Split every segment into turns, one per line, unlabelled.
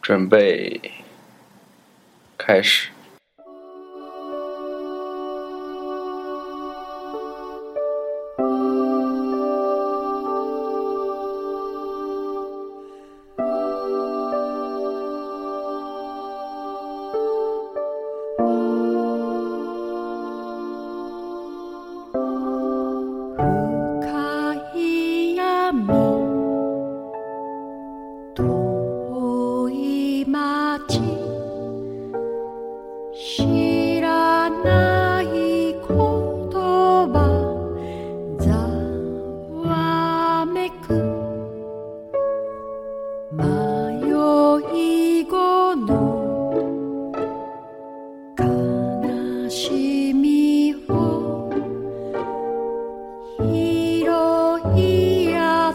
准备开始。
深い闇遠い町知らない言葉ざわめく迷い子の悲しみを拾い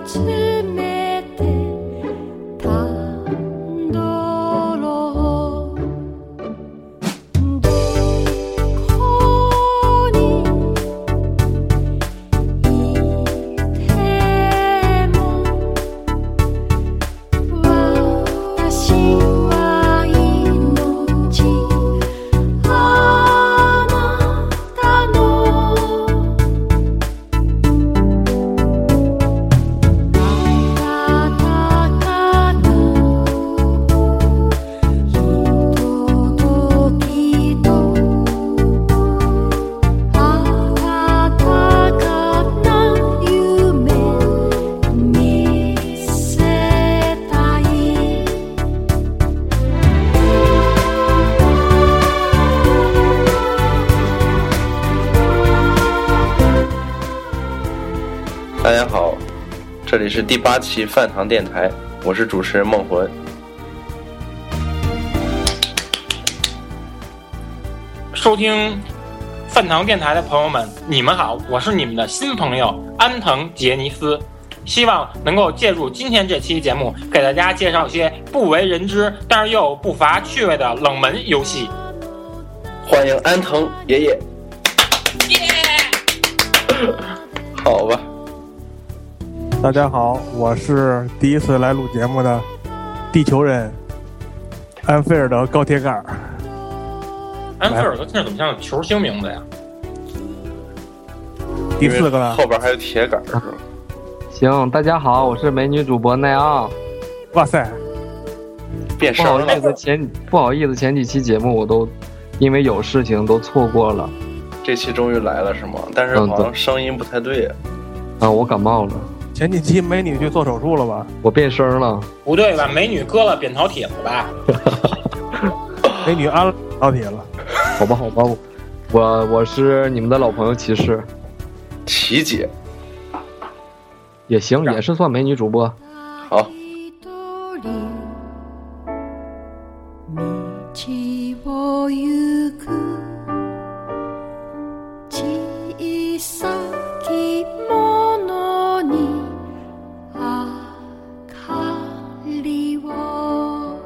集めてたんだろうどこにいても私は命あなたの「あなたからひとときと」「あたかな夢見せたい」
大家好，这里是第八期饭堂电台，我是主持人梦魂。
收听饭堂电台的朋友们，你们好，我是你们的新朋友安藤杰尼斯，希望能够借助今天这期节目，给大家介绍一些不为人知，但是又不乏趣味的冷门游戏。
欢迎安藤爷爷。好吧，
大家好，我是第一次来录节目的地球人安菲尔的高铁杆儿，
哎
安菲尔德这怎么像有球星名字呀？
第四个了
后。边还有铁杆儿是吧？
行，大家好，我是美女主播奈奥。
哇塞，
变
不
声
好
了
意，思，前不好意思，前几期节目我都因为有事情都错过了。
这期终于来了是吗？但是
嗯
好像声音不太对啊。
啊，我感冒了，
前几期美女去做手术了吧？
我变声了。
不对吧？美女割了扁桃体了吧？
美女安了老铁了，
好吧，好吧，我我我是你们的老朋友骑士，
琪姐，
也行，也是算美女主播。
好
道を行く小さきものに明かりを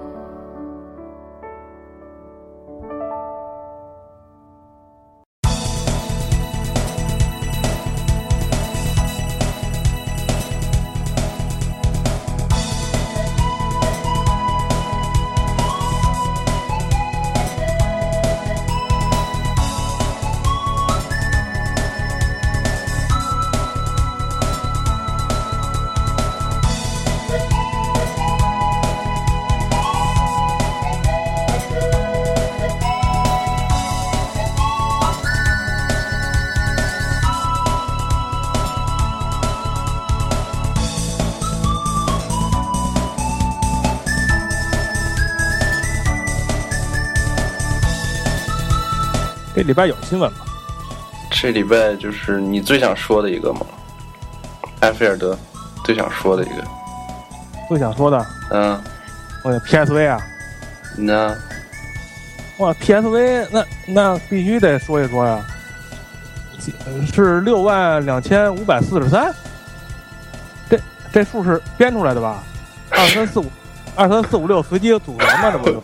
这礼拜有新闻吗？
这礼拜就是你最想说的一个吗？安菲尔德最想说的一个，
最想说的，
嗯，
我的 PSV 啊，
你呢？
哇，PSV 那那必须得说一说呀、是六万两千五百四十三，这这数是编出来的吧？二三四五，二三四五六随机组合嘛，这不就？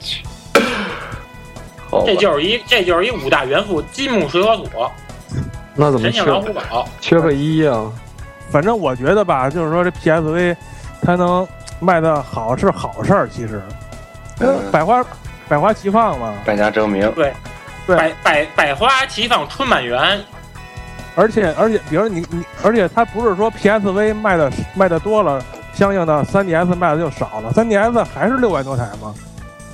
好吧
这，就是一这就是一五大元素金木水火土，
那怎么
神
缺
性老虎宝。
缺个一呀、啊？
反正我觉得吧，就是说这 PSV 它能卖的好是好事儿，其实，那百花百花齐放嘛，
百家争鸣，
对
百百百花齐放春满园，
而且而且，比如你你，而且它不是说 PSV 卖的卖的多了，相应的 3DS 卖的就少了，3DS 还是六万多台嘛，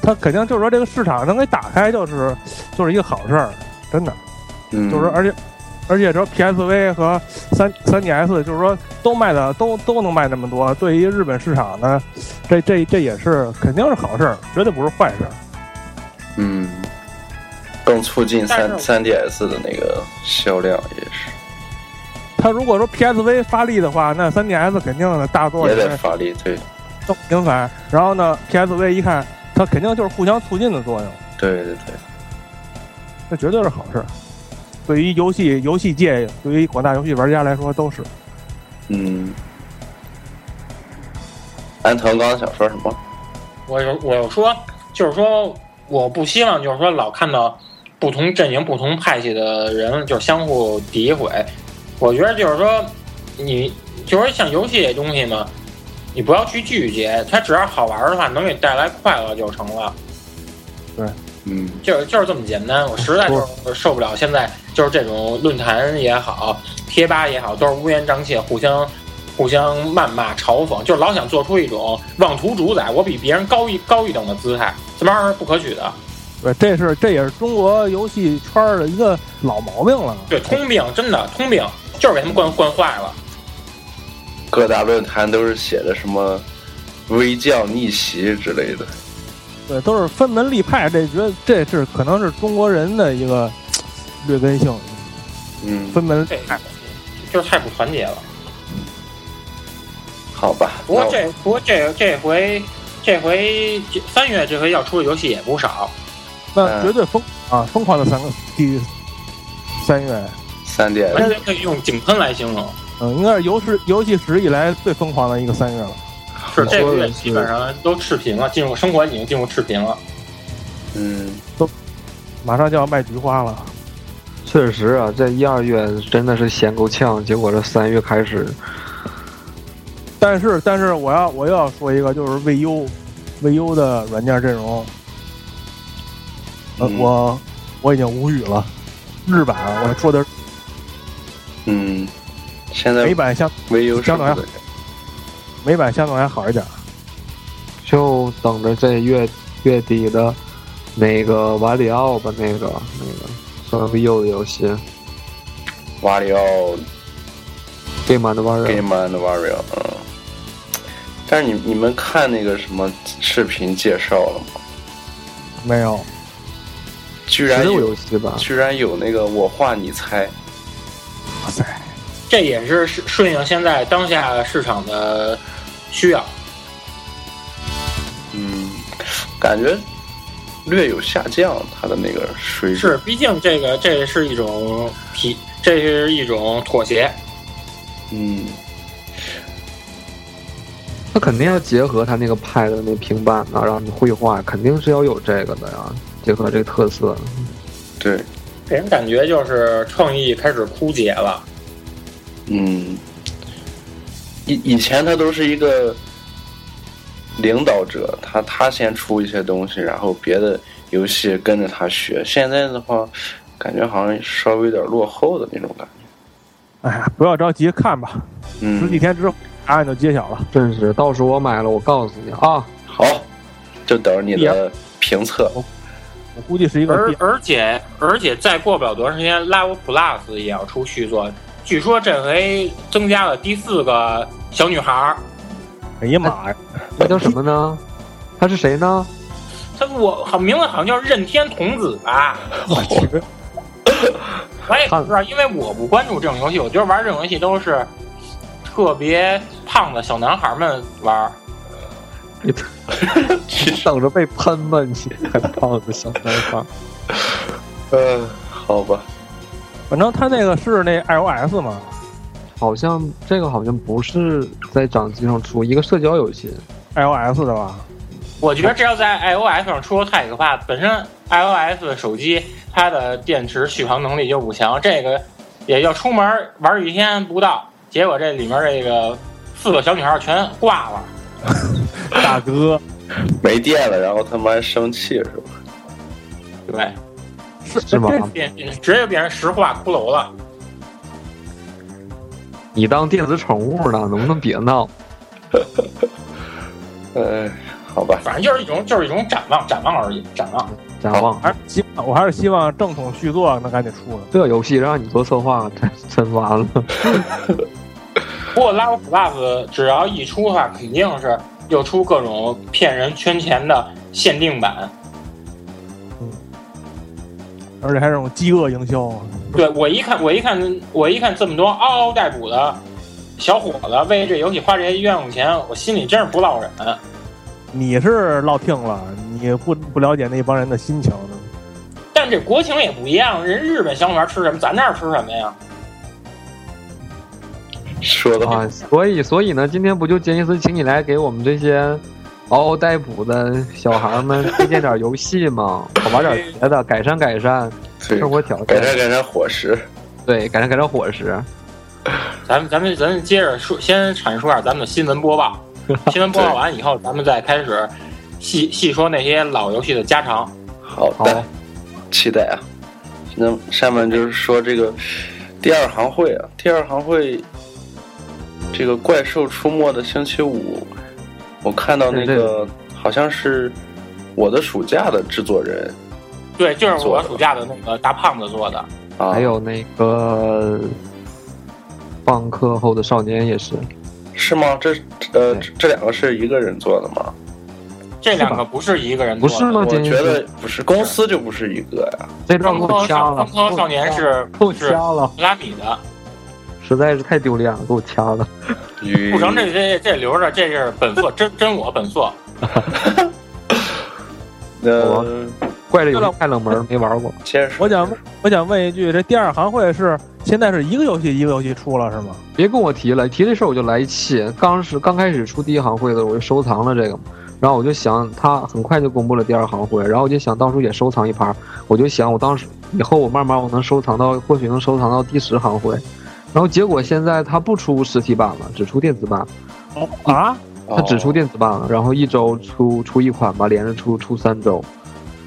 它肯定就是说这个市场能给打开，就是就是一个好事儿，真的，
嗯，
就是说而且。而且说 PSV 和三三 DS 就是说都卖的都都能卖那么多，对于日本市场呢，这这这也是肯定是好事儿，绝对不是坏事儿。
嗯，更促进
但是
三
我
三 DS 的那个销量也是，
它如果说 PSV 发力的话，那 3DS 肯定的大作
也
是
得发力，对
都频繁。然后呢，PSV 一看，它肯定就是互相促进的作用，
对对对，
那绝对是好事儿。对于游戏游戏界，对于广大游戏玩家来说都是。
嗯。安藤刚刚想说什么？
我有我有说，就是说我不希望就是说老看到不同阵营、不同派系的人就是相互诋毁。我觉得就是说，你就是像游戏这东西嘛，你不要去拒绝，它只要好玩的话，能给你带来快乐就成了，
嗯
就是就是这么简单。我实在就是受不了现在就是这种论坛也好、贴吧也好，都是乌烟瘴气，互相。互相谩骂、嘲讽，就是老想做出一种妄图主宰我比别人高一高一等的姿态，这玩意儿是不可取的。
对，这是这也是中国游戏圈儿的一个老毛病了。
对，通病真的通病，就是给他们惯惯坏了。
各大论坛都是写的什么微教逆袭之类的，
对，都是分门立派，这觉得这是可能是中国人的一个劣根性，
嗯，
分门哎
这就是太不团结了。
好吧。
不过
那我
这不过这这回这回这三月这回要出的游戏也不少，
那
嗯
绝对疯啊疯狂的三个第三月，
三 DS
完全可以用井喷来形容。
嗯，应该是有史游戏史以来最疯狂的一个三月了。
是这个
多
月
人
基本上都赤贫了，进入生活已经进入赤贫了。
嗯，
马上就要卖菊花了，
确实啊，这一二月真的是闲够呛，结果这三月开始，
但是但是我要我又要说一个，就是 VU VU 的软件阵容，呃，
嗯
我我已经无语了。日版啊我说的是
嗯，现在
美版相
没有什么
香港
的，
美版相对还好一点，
就等着这月月底的那个瓦里奥吧，那个那个算 VU 的游戏
瓦里奥
Game and Wario，
Game and Wario，嗯。但是你你们看那个什么视频介绍了吗？
没有
居
十
然
六
有
游戏吧，
居然有那个我画你猜，
哇塞，
这也是顺顺应现在当下市场的需要。
嗯，感觉略有下降，它的那个水准。
是，毕竟这个这是一种匹，这是一种妥协。
嗯，
它肯定要结合它那个派的那平板啊，让你绘画，肯定是要有这个的呀，结合这个特色。
对，
给人感觉就是创意开始枯竭了，
嗯，以以前他都是一个领导者，他他先出一些东西，然后别的游戏跟着他学。现在的话，感觉好像稍微有点落后的那种感觉。
哎呀，不要着急，看吧，十几
嗯，
天之后答案就揭晓了。
真是，到时候我买了，我告诉你啊，
好，就等着你的评测。
我估计是一个
而
第
而且而且再过不了多长时间，Love Plus 也要出续作，据说这回增加了第四个小女孩儿。
哎呀妈呀，
那叫什么呢？他是谁 呢？
她我好名字好像叫任天童子吧，我也不知道，因为我不关注这种游戏，我觉得玩这种游戏都是特别胖的小男孩们玩儿。
你等着被喷吧你！还胖子小男孩，
嗯，好吧，
反正它那个是那 iOS 嘛，
好像这个好像不是在掌机上出，一个社交游戏。
iOS 的吧？
我觉得这要在 iOS 上出太可怕了。本身 iOS 手机它的电池续航能力就不强，这个也就出门玩一天不到，结果这里面这个四个小女孩全挂了。
大哥，
没电了，然后他妈生气是吧？
对，
是
是吗
这
变直接就变成石化骷髅了。
你当电子宠物呢？能不能别闹？
哎，好吧，
反正就是一种就是一种展望，展望而已，展望。
展望
还是希望，我还是希望正统续作能赶紧出呢。
这游戏让你做策划，真真完了。
不过 Love Plus 只要一出的话，肯定是又出各种骗人圈钱的限定版。
而且还是那种饥饿营销，
对我一看，我一看，我一看这么多嗷嗷待哺的小伙子为这游戏花这些冤枉钱，我心里真是不落忍。
你是落听了，你不不了解那帮人的心情呢。
但这国情也不一样，人日本小伙伴吃什么，咱这儿吃什么呀？
说的
啊，所以所以呢，今天不就杰尼斯请你来给我们这些嗷嗷待哺的小孩们推荐点游戏 吗？好玩点别的，改善改善
对
生活条
改
件，
善改善伙食，
对，改善改善伙食。啊
咱们咱们咱们接着说，先阐述一下咱们的新闻 播报。新闻播报完以后，咱们再开始细细说那些老游戏的家常。
好的，
好，
期待啊。那下面就是说这个第二行会啊，第二行会这个怪兽出没的星期五，我看到那
对
个好像是我的暑假的制作人
对，就是
做
我
的
暑假的那个大胖子做的。
啊，
还有那个放课后的少年也是，
是吗？这呃
对
这这两个是一个人做的吗？
这两个不是一个人做的，
不是吗
我
那真
觉
是
得不是，公司就不是一个呀、
这段
疯
给我
狂
掐
少
了，
疯狂少年是
给我
不
掐
是
了，
拉米的？
实在是太丢脸了，给我掐了。
不成，
嗯
这这这留着，这是本色，真真我本色。
好
呃，
怪这游戏太冷门，没玩过。
接着说
我想问，我想问一句，这第二行会是现在是一个游戏一个游戏出了是吗？
别跟我提了，提这事儿我就来气。刚是刚开始出第一行会的时候，我就收藏了这个嘛，然后我就想，他很快就公布了第二行会，然后我就想到时候也收藏一盘儿，我就想我当时以后我慢慢我能收藏到，或许能收藏到第十行会，然后结果现在他不出实体版了，只出电子版，
啊？
哦
他只出电子版了，然后一周出出一款吧，连着出出三周。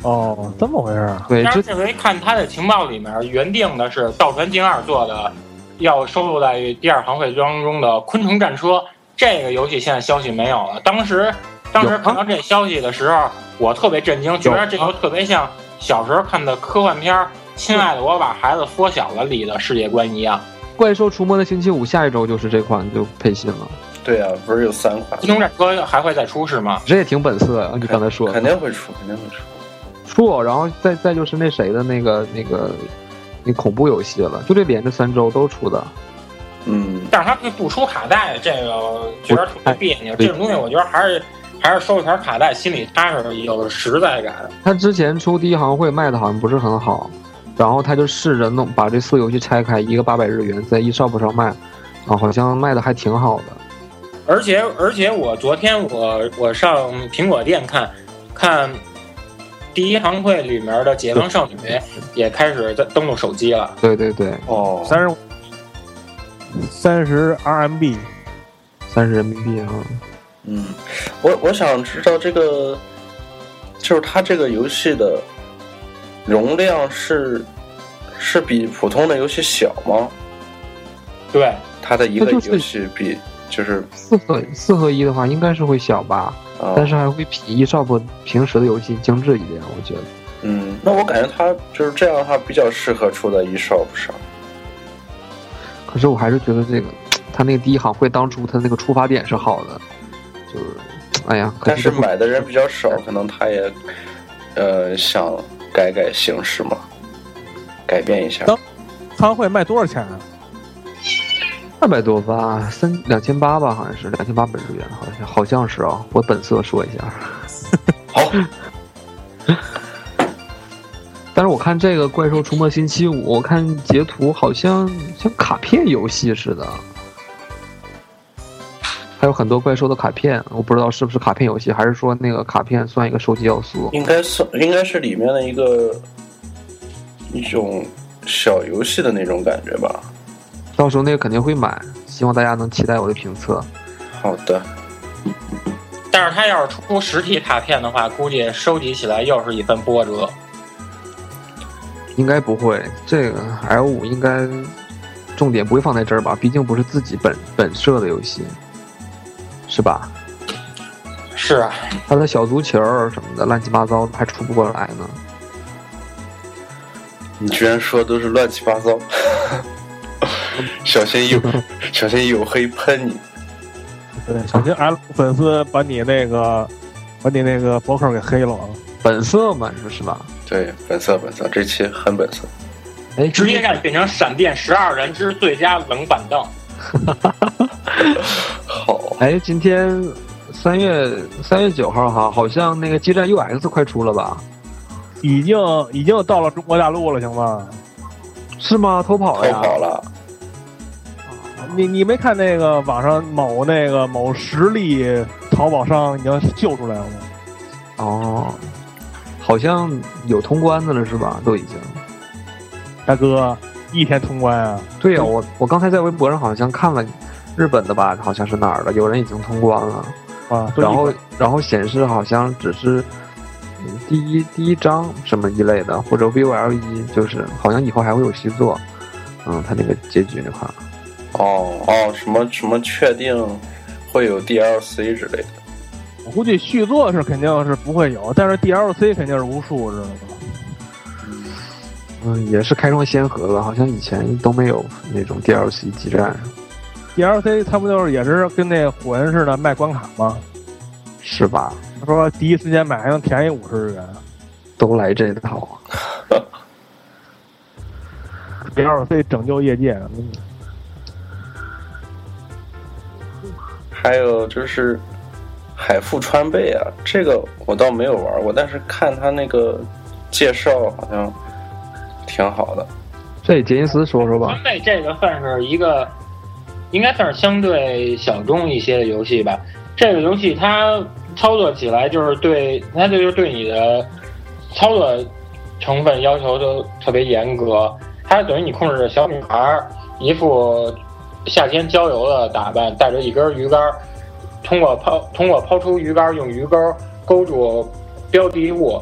哦，这么回事儿。
对，
但是
这
这回看他的情报里面原定的是道传京二做的，要收录在第二行会当中的《昆虫战车》这个游戏，现在消息没有了。当时当时
有吗
看到这消息的时候，我特别震惊，觉得这个特别像小时候看的科幻片儿《亲爱的，我把孩子缩小了》里的世界观一样。
怪兽出没的星期五下一周就是这款就配信了，
对啊，不是有三款吗，
昆虫战车还会再出是吗？
这也挺本色啊！你刚才说的
肯定会出，肯定会出。
错，然后再再就是那谁的那个那个那恐怖游戏了，就这连着三周都出的，
嗯，
但是他不出卡带，这个觉得特别别扭。这种东西，我觉得还是还是收一条卡带，心里踏实，有实在感。
他之前出第一行会卖的好像不是很好，然后他就试着弄把这四个游戏拆开，一个八百日元在 eShop 上卖，啊，好像卖的还挺好的。
而且而且，我昨天我我上苹果店看看第一行会里面的解放少女也开始在登录手机了。
对对对，
哦，
三十三十 RMB，
三十人民币啊，
嗯，我我想知道这个，就是它这个游戏的容量是是比普通的游戏小吗？
对，
它的一个
它就是
游戏比就是
四合四合一的话应该是会小吧，
啊，
但是还会比 eShop 平时的游戏精致一点，我觉得。
嗯，那我感觉它就是这样的话比较适合出在 eShop 上。
可是我还是觉得这个，他那个第一行会当初他那个出发点是好的，就是，哎呀，可
但
惜
是
这不
买的人比较少，可能他也呃想改改形式嘛，改变一下。
当他会卖多少钱啊？
二百多吧，三两千八吧，好像是两千八百日元，好像好像是啊。我本色说一下，
好，
但是我看这个《怪兽出没星期五》，我看截图好像像卡片游戏似的，还有很多怪兽的卡片，我不知道是不是卡片游戏，还是说那个卡片算一个收集要素。
应该算应该是里面的一个一种小游戏的那种感觉吧。
到时候那个肯定会买，希望大家能期待我的评测。
好的，
但是他要是出实体卡片的话，估计收集起来又是一番波折。
应该不会，这个 L 五应该重点不会放在这儿吧？毕竟不是自己本本社的游戏，是吧？
是啊，
他的小足球什么的乱七八糟的还出不过来呢。
你居然说都是乱七八 糟，小心 有小心有黑喷你。
对，小心 L 粉丝把你那个把你那个博客给黑了啊！
本色嘛，你说是吧？
对，本色本色，这期很本色。
哎，
直接让你变成闪电十二人之最佳冷板凳。
好，
哎，今天三月三月九号哈，好像那个激战 UX 快出了吧？
已经已经到了中国大陆了，行吗？
是吗？偷跑
偷
呀？
跑了，
你你没看那个网上某那个某实力淘宝商已经秀出来了吗？
哦，好像有通关的了是吧？都已经。
大哥，一天通关啊！
嗯
对呀、我我刚才在微博上好像看了日本的吧，好像是哪儿的，有人已经通关了，
啊，都一
然后然后显示好像只是。嗯第一第一章什么一类的，或者 VOL 一，E，就是好像以后还会有续作，嗯，他那个结局那块儿，
哦哦，什么什么确定会有 DLC 之类的。
我估计续作是肯定是不会有，但是 DLC 肯定是无数，知道吗？
嗯，也是开创先河了，好像以前都没有那种 DLC 激战，
DLC 它不就是也是跟那火人似的卖关卡吗？
是吧？
他说第一时间买还能便宜五十日元
都来这套，
，DLC 拯救业界。嗯
还有就是海富川贝啊，这个我倒没有玩过，但是看他那个介绍好像挺好的。
这杰尼斯说说吧
川，贝这个算是一个，应该算是相对小众一些的游戏吧。这个游戏它操作起来就是对，它就是对你的操作成分要求都特别严格。它等于你控制着小女孩儿，一副夏天郊游的打扮，带着一根鱼竿儿，通过抛通过抛出鱼竿儿，用鱼钩勾住标的物，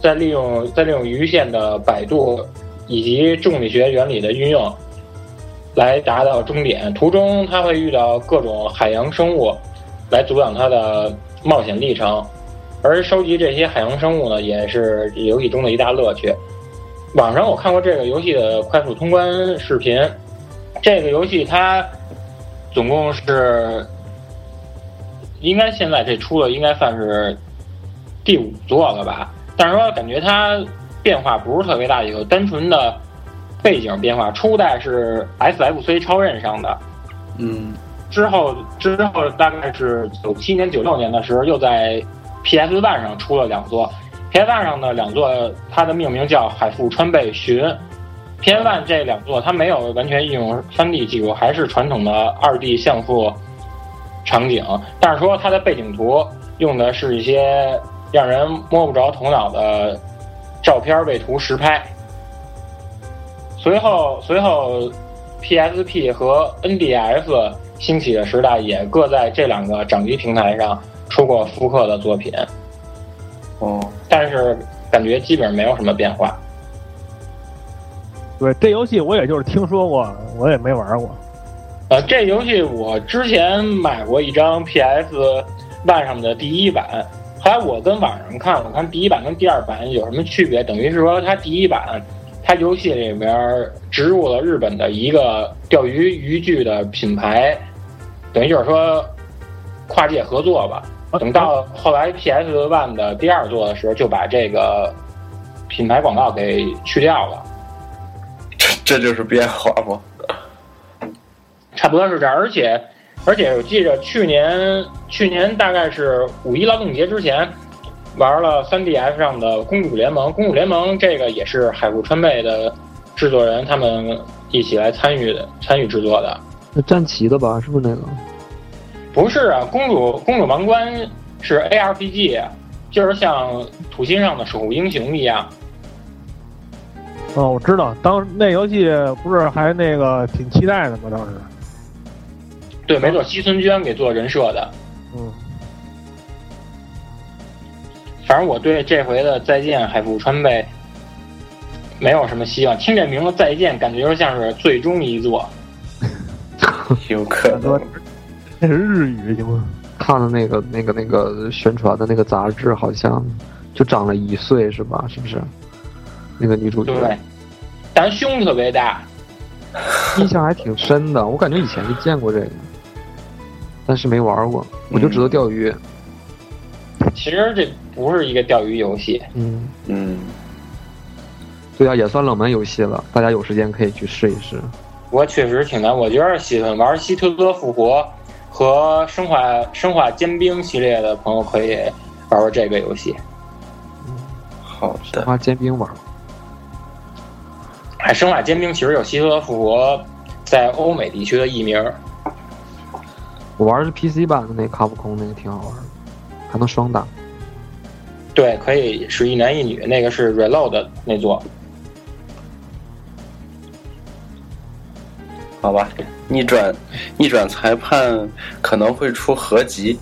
再利用再利用鱼线的摆渡以及重力学原理的运用，来达到终点。途中他会遇到各种海洋生物，来阻挡他的冒险历程。而收集这些海洋生物呢，也是游戏中的一大乐趣。网上我看过这个游戏的快速通关视频，这个游戏它总共是应该现在这出了，应该算是第五座了吧？但是说感觉它变化不是特别大，有单纯的背景变化。初代是 SFC 超任上的，
嗯，
之后之后大概是九七年、九六年的时候，又在 PS One 上出了两座。PS One 上的两座，它的命名叫海富川贝寻。PS One 这两座，它没有完全运用 3D 技术，还是传统的 2D 像素场景，但是说它的背景图用的是一些让人摸不着头脑的照片为图实拍。随后，随后 PSP 和 NDS 兴起的时代，也各在这两个掌机平台上出过复刻的作品，
哦，
但是感觉基本上没有什么变化。
对，这游戏我也就是听说过，我也没玩过。
呃，这游戏我之前买过一张 PS One 上的第一版，后来我跟网上看，我看第一版跟第二版有什么区别，等于是说它第一版，它游戏里面植入了日本的一个钓鱼渔具的品牌，等于就是说跨界合作吧。等到后来 PS One 的第二座的时候，就把这个品牌广告给去掉了。
这这就是变化 吗？
差不多是这样。而且而且我记着去年去年大概是五一劳动节之前，玩了 3DS 上的《公主联盟》，《公主联盟》这个也是海部川贝的制作人他们一起来参与的参与制作的。
那战旗的吧，是不是那个？
不是啊，公主公主王冠是 ARPG，就是像土星上的守护英雄一样。
哦，我知道，当那游戏不是还那个挺期待的吗？当时
对，没错，西村娟给做人设的。
嗯，
反正我对这回的《再见海部川贝》没有什么希望。听这名字“再见”，感觉就像是最终一作。
有可能。
那是日语行吗？
看了那个那个那个宣传的那个杂志，好像就长了一岁是吧？是不是？那个女主角
对，但是胸特别大，
印象还挺 深的，我感觉以前就见过这个，但是没玩过，我就知道钓鱼。
其实这不是一个钓鱼游戏。
嗯，
嗯，
对啊，也算冷门游戏了，大家有时间可以去试一试。
我确实挺难，我觉得喜欢玩希特勒复活和生化生化尖兵系列的朋友可以玩玩这个游戏。
好的。
花煎饼玩，
哎，生化尖兵其实有希特勒复活在欧美地区的译名儿，
我玩的是 PC 版的那卡普空那个挺好玩的，还能双打。
对，可以是一男一女，那个是 Reload 的那座。
好吧，逆转逆转裁判可能会出合集，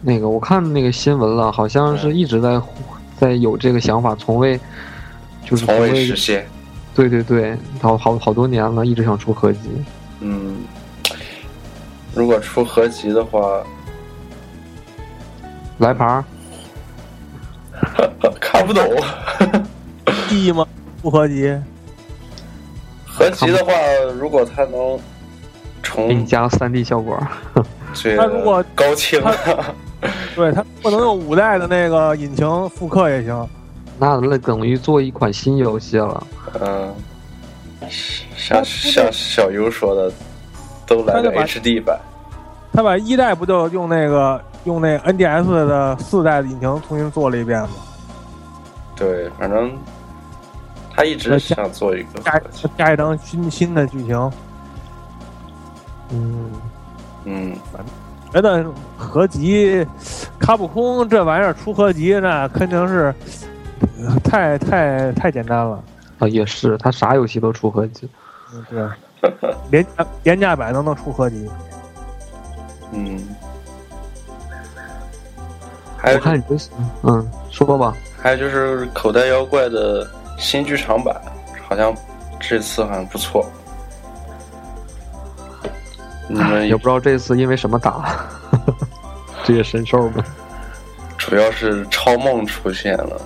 那个我看那个新闻了，好像是一直在呼在有这个想法，从未就是
从未实现。
对对对，好好好多年了，一直想出合集。
嗯，如果出合集的话，
来牌儿
呃看不懂。
意义吗？不合集，
合集的话，如果它能
给你
重
加三 D 效果，
这
它如果
个高清，
对它不能用五代的那个引擎复刻也行。
那那等于做一款新游戏了。
嗯，像像小优说的，都来个
它就把
HD 版。
它把一代不就用那个用那 NDS 的四代的引擎重新做了一遍吗？
对，反正他一直
那加
想做一个
呃加
合集。
加一张新新的剧情，
嗯，
嗯，
觉得合集，卡普空这玩意儿出合集那肯定是呃太太太简单了。
啊也是，他啥游戏都出合集。
嗯，对，廉价廉价版都能出合集，
嗯，还有
我看你这，嗯，说吧，
还有就是口袋妖怪的新剧场版，好像这次好像不错。你
啊
们
也不知道这次因为什么打， 这个神兽们。
主要是超梦出现了，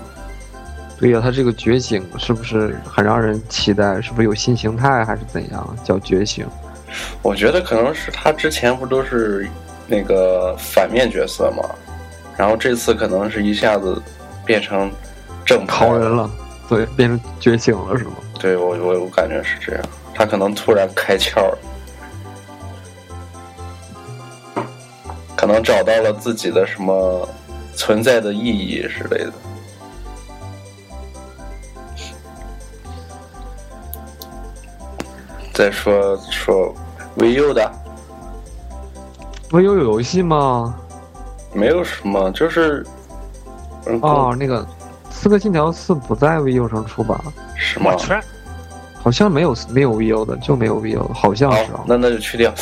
对呀、他这个觉醒是不是很让人期待？是不是有新形态还是怎样？叫觉醒？
我觉得可能是他之前不都是那个反面角色嘛，然后这次可能是一下子变成正派
超人了，对，变成觉醒了是吗？
对我我我感觉是这样，他可能突然开窍了，可能找到了自己的什么存在的意义之类的。再说说 VU 的，
不有游戏吗？
没有什么，就是嗯，
哦，那个《刺客信条四》不在 VU 上出吧？
是吗？
全
好像没有没有 VU 的，就没有 VU，好像
好
是啊，，
那那就去掉，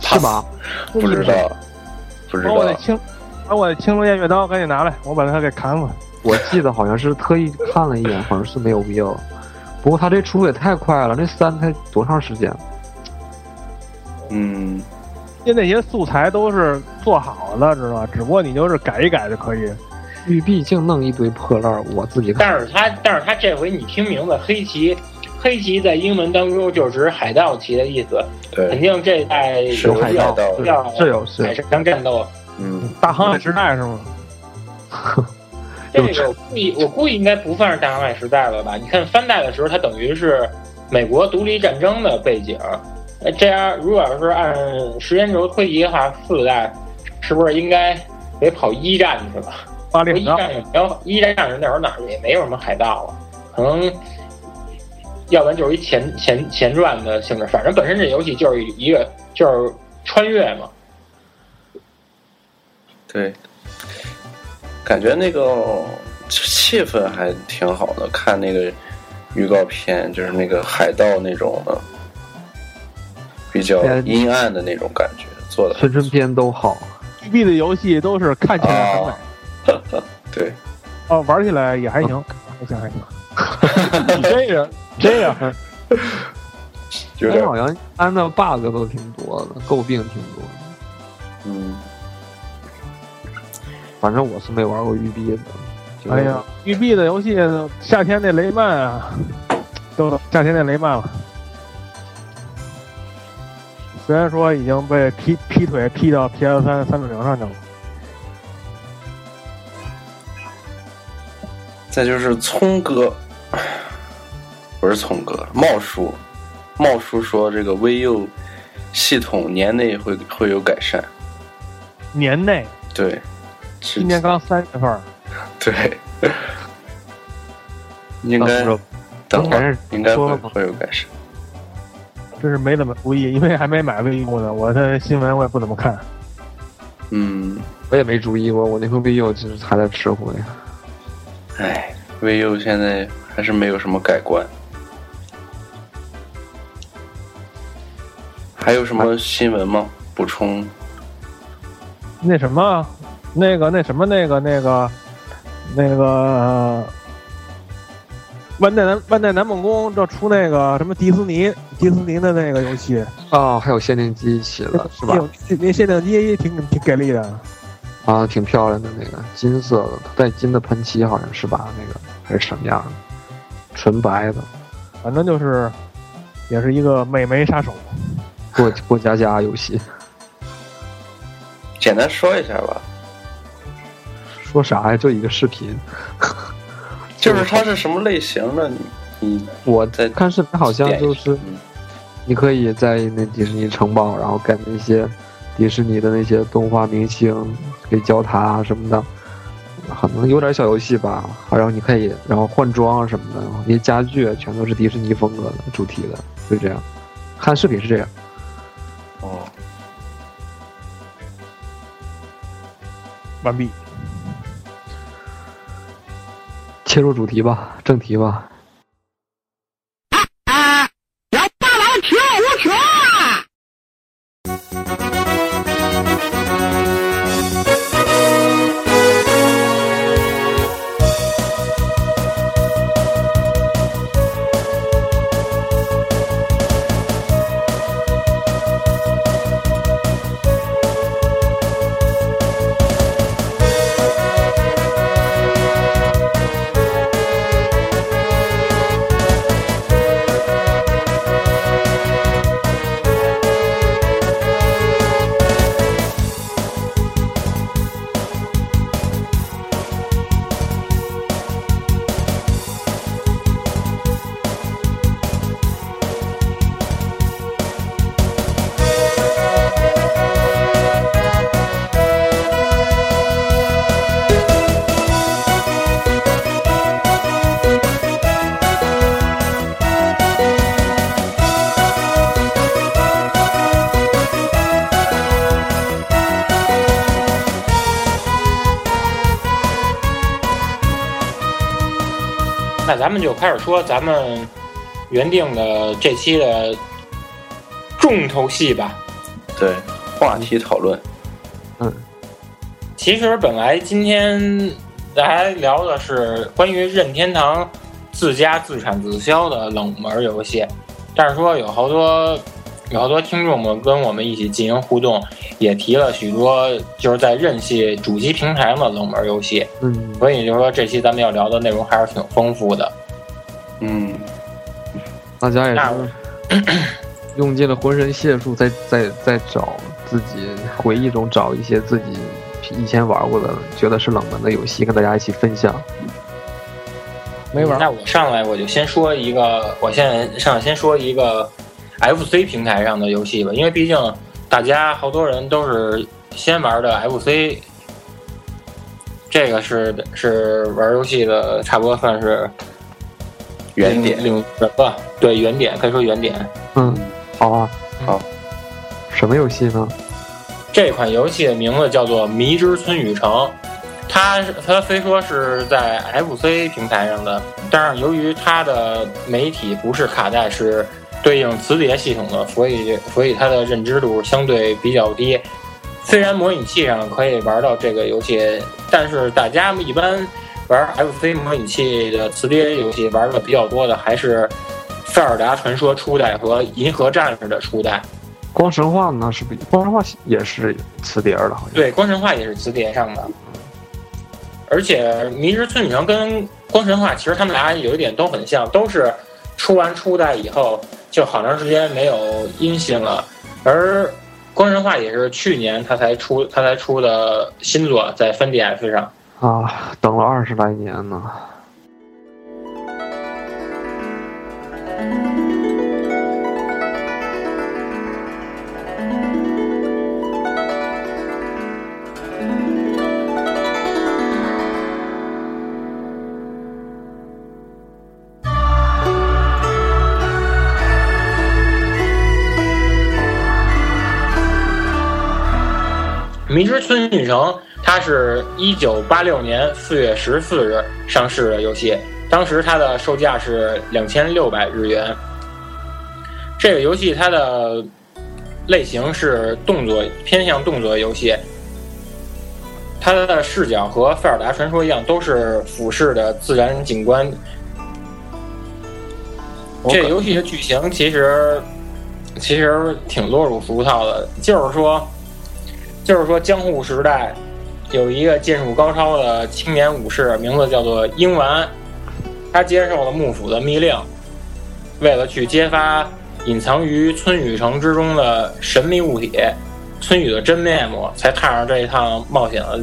是吧？
不知道，不知
把哦我的
道，
青把我的青龙偃月刀赶紧拿来，我把它给砍了。
我记得好像是特意看了一眼，好像是没有 VU。不过他这出也太快了，那三才多长时间？
嗯。
因为那些素材都是做好了，知道吧？只不过你就是改一改就可以。
玉璧竟弄一堆破烂儿，我自己 看
但是他，但是他这回你听名字黑旗，黑旗在英文当中就指海盗旗的意思，肯
对，
定这代
是
有
有
海
海
盗
盗，
是
要
是有是
海
有，
上战斗。
嗯，
哎大航海时代是吗？
这个我估计，我估计应该不算是大航海时代了吧？你看三代的时候，它等于是美国独立战争的背景。呃，这样如果要是按时间轴推移的话，四代是不是应该得跑一战去了？
巴黎
一
海盗
战也没有，一战那会儿哪儿也没有什么海盗了，可能要不然就是一前前前传的性质，反正本身这游戏就是一个就是穿越嘛。
对，感觉那个气氛还挺好的，看那个预告片，就是嗯那个海盗那种的，比较阴暗的那种感觉，做的。
春春篇都好，
GB 的游戏都是看起来很美，
对，
哦，玩起来也还 行，还行还行。 你这个这样，
有
但是
点
好像安的 bug 都挺多的，诟病挺多的。
嗯，
反正我是没玩过育碧的。觉得
哎呀，，GB 的游戏夏天那雷曼啊，都夏天那雷曼了。虽然说已经被劈劈腿劈到 PS 三三六零上去了，
再就是聪哥，不是聪哥，茂叔，茂叔说这个 VU 系统年内会会有改善，
年内
对，是
今年刚三月份儿，
对，应
当
该
时
等会
应该
儿
是
应该
说
会
了吧
会有改善。
真是没怎么注意，因为还没买 VU 呢，我的新闻我也不怎么看。
嗯，
我也没注意过，我那块 VU 就是还在吃灰。
哎，VU 现在还是没有什么改观。还有什么新闻吗？补充？
那什么，那个那什么那个那个那个、呃万代南万代南梦宫要出那个什么迪士尼迪士尼的那个游戏，
哦，还有限定机起了是吧？
那那限定机挺挺给力的，
啊，挺漂亮的那个金色的，它带金的喷漆好像是吧？那个还是什么样的？纯白的，
反正就是也是一个美眉杀手。
过过家家游戏。
简单说一下吧，
说啥呀？就一个视频，
就是它是什么类型的？你你
我
再
看视频好像
点一
就
下
是
嗯
你可以在那迪士尼城堡，然后跟那些迪士尼的那些动画明星给交谈啊什么的，可能有点小游戏吧。然后你可以，然后换装啊什么的，那些家具全都是迪士尼风格的主题的，就这样。看视频是这样，
哦，
完毕。
切入主题吧，正题吧。
那咱们就开始说咱们原定的这期的重头戏吧。
对，话题讨论，
其实本来今天来聊的是关于任天堂自家自产自销的冷门游戏，但是说有好多有好多听众们跟我们一起进行互动，也提了许多就是在任系主机平台嘛冷门游戏，
嗯，
所以就是说这期咱们要聊的内容还是挺丰富的。
嗯，
大家也
那
是用尽了浑身解数在在在找自己回忆中找一些自己以前玩过的，觉得是冷门的游戏，跟大家一起分享。嗯
没玩儿
那我上来我就先说一个，我现在上来先说一个 FC 平台上的游戏吧，因为毕竟大家好多人都是先玩的 FC，这个是是玩游戏的差不多算是
原点，
领什么？对，原点可以说原点。
嗯，好啊，
好，
什么游戏呢？
这款游戏的名字叫做《迷之村雨城》，它是它虽说是在 FC 平台上的，但是由于它的媒体不是卡带，是对应磁碟系统的，所以所以它的认知度相对比较低。虽然模拟器上可以玩到这个游戏，但是大家一般玩 FC 模拟器的磁碟游戏玩的比较多的还是《塞尔达传说》初代和《银河战士》的初代。
光神话那是比光神话也是磁碟儿的，好像。
对，光神话也是磁碟上的。而且《迷之村女郎》跟《光神话》其实他们俩有一点都很像，都是出完初代以后就好长时间没有音信了。而《光神话》也是去年它才出，它才出的新作，在 3DS 上。
啊，等了二十来年呢。
《迷之村女城》它是一九八六年四月十四日上市的游戏，当时它的售价是两千六百日元。这个游戏它的类型是动作，偏向动作游戏。它的视角和《塞尔达传说》一样，都是俯视的自然景观。
我
这
可
游戏的剧情其实其实挺落入俗套的，就是说。就是说，江户时代有一个剑术高超的青年武士，名字叫做英丸，他接受了幕府的密令，为了去揭发隐藏于村雨城之中的神秘物体村雨的真面目，才踏上这一趟冒险的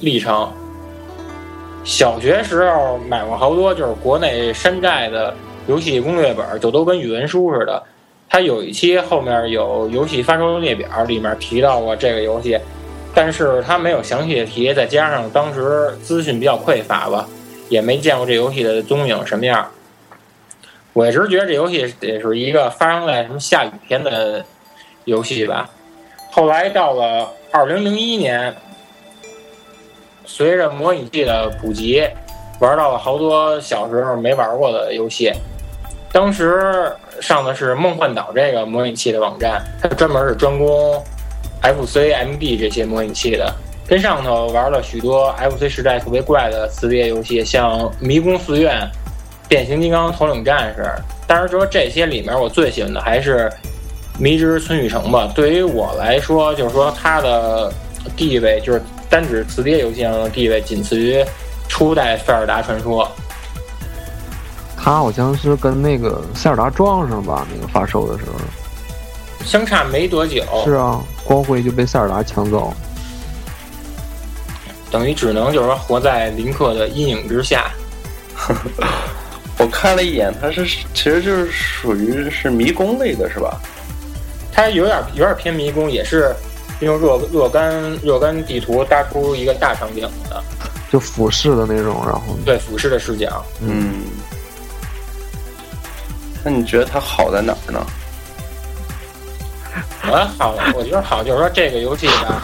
历程。小学时候买过好多就是国内山寨的游戏攻略本儿，就都跟语文书似的，它有一期后面有游戏发售列表，里面提到过这个游戏，但是它没有详细的提，再加上当时资讯比较匮乏吧，也没见过这游戏的踪影什么样儿。我一直觉得这游戏得是一个发生在什么下雨天的游戏吧。后来到了二零零一年，随着模拟器的普及，玩到了好多小时候没玩过的游戏。当时上的是梦幻岛这个模拟器的网站，它专门是专攻 FC、MD 这些模拟器的。跟上头玩了许多 FC 时代特别怪的磁碟游戏，像《迷宫寺院》《变形金刚头领战士》。当然说这些里面，我最喜欢的还是《迷之村雨城》吧。对于我来说，就是说它的地位，就是单指磁碟游戏上的地位，仅次于初代《塞尔达传说》。
它好像是跟那个塞尔达撞上吧，那个发售的时候。
相差没多久，
是啊，光辉就被塞尔达抢走。
等于只能就是说活在林克的阴影之下。
我看了一眼，它是其实就是属于是迷宫类的，是吧？
它有点有点偏迷宫，也是用若若干若干地图搭出一个大场景的，
就俯视的那种，然 后
对俯视的视角。
嗯，那你觉得它好在哪儿呢？
我好，我觉得好就是说这个游戏吧，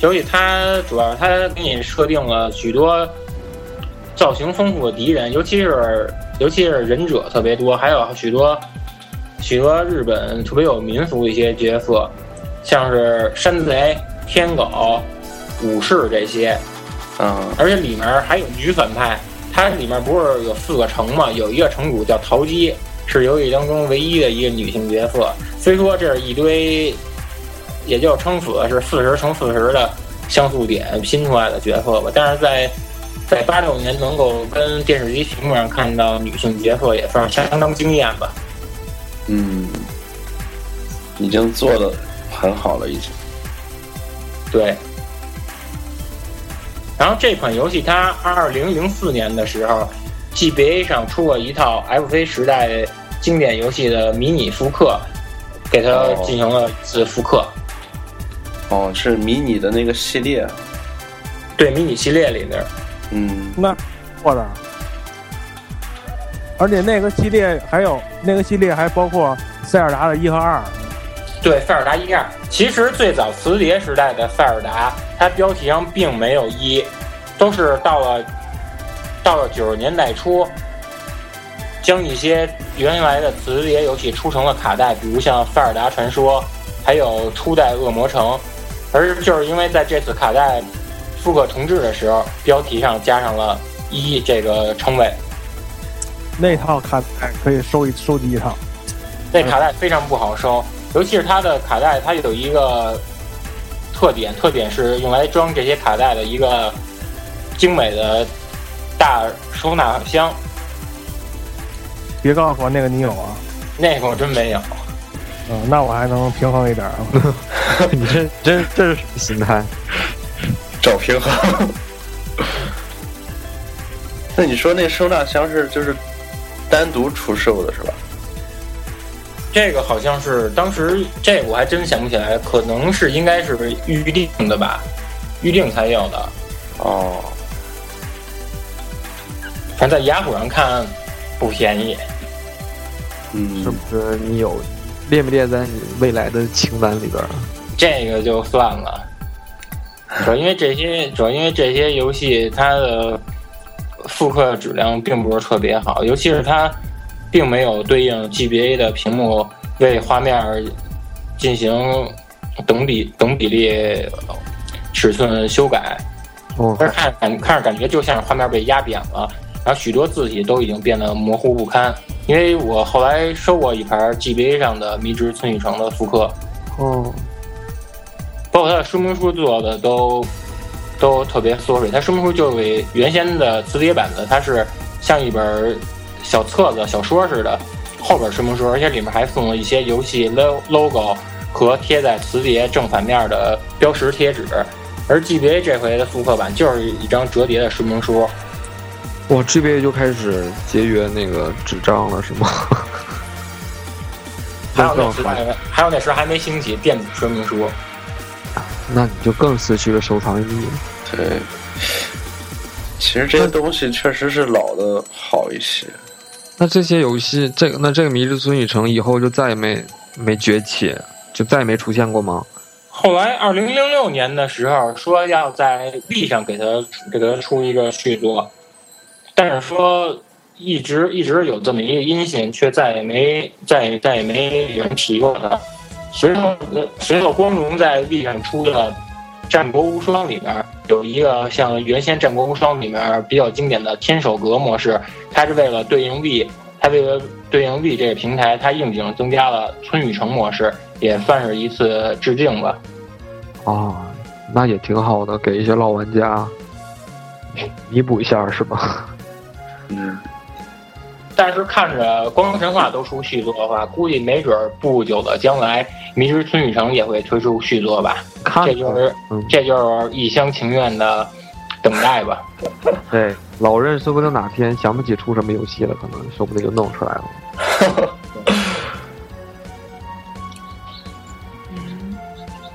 游戏它主要它给你设定了许多造型丰富的敌人，尤其是尤其是忍者特别多，还有许多许多日本特别有民俗的一些角色，像是山贼、天狗、武士这些。
嗯
而且里面还有女反派，它里面不是有四个城嘛，有一个城主叫陶姬，是游戏当中唯一的一个女性角色。虽说这是一堆，也就撑死是四十乘四十的像素点拼出来的角色吧，但是在在八六年能够跟电视机屏幕上看到女性角色，也算是相当惊艳吧。
嗯，已经做的很好了，已经。
对。然后这款游戏它二零零四年的时候，GBA 上出过一套 FC 时代经典游戏的迷你复刻，给它
哦
进行了一次复刻。
哦，是迷你的那个系列。
对迷你系列里面，
嗯，
那错的。而且那个系列还有那个系列还包括塞尔达的一和二，
对塞尔达一二，其实最早磁碟时代的塞尔达，它标题上并没有一，都是到了到了九十年代初，将一些原来的磁碟游戏出成了卡带，比如像《塞尔达传说》，还有初代《恶魔城》，而就是因为在这次卡带复刻重置的时候，标题上加上了“一”这个称谓。
那套卡带可以收一收集一套。
那卡带非常不好收，尤其是它的卡带，它有一个特点，特点是用来装这些卡带的一个精美的大收纳箱。
别告诉我那个你有啊，
那个我真没有，
嗯，那我还能平衡一点啊。
你这这这是什么心态？
找平 衡。那你说那收纳箱是就是单独出售的是吧？
这个好像是当时这个我还真想不起来，可能是应该是预定的吧，预定才有的。
哦，
反正在雅虎上看不便宜，
是
嗯，
不是你有列没列在你未来的清单里边儿？
这个就算了。主要因为这些，主要因为这些游戏它的复刻质量并不是特别好，尤其是它并没有对应 GBA 的屏幕为画面儿进行等比等比例尺寸修改，
哦，
但是看感看着感觉就像是画面被压扁了，然后许多字体都已经变得模糊不堪。因为我后来收过一盘 GBA 上的《迷之村雨城》的复刻，
哦，
包括它的说明书做的都都特别缩水。它说明书就给原先的磁碟版的，它是像一本小册子、小说似的，后边说明书，而且里面还送了一些游戏 lo- logo 和贴在磁碟正反面的标识贴纸。而 GBA 这回的复刻版就是一张折叠的说明书，
我 GBA 就开始节约那个纸张了，是吗？
还有
更
那时
好，
代，还有那时候还没兴起电子说明书，
那你就更失去了收藏意义。
对。其实这些东西确实是老的好一些。
那这些游戏，这个那这个《迷之村雨城》以后就再也没没崛起，就再也没出现过吗？
后来，二零零六年的时候说要在 B 上给他给他出一个续作，但是说一直一直有这么一个音信，却再也没再也再也没人提过它。随后，随后光荣在 B 上出的《战国无双》里面有一个像原先《战国无双》里面比较经典的天守阁模式，它是为了对应 B，它为了对应 B 这个平台，它应景增加了村与城模式，也算是一次致敬吧。
哦，那也挺好的，给一些老玩家 弥补一下，是吧？
嗯，
但是看着《光荣神话》都出续作的话，估计没准儿不久的将来，《迷之村与城》也会推出续作吧。
看
这就是
嗯
这就是一厢情愿的等待吧。
对，哎老任说不定哪天想不起出什么游戏了，可能说不定就弄出来了。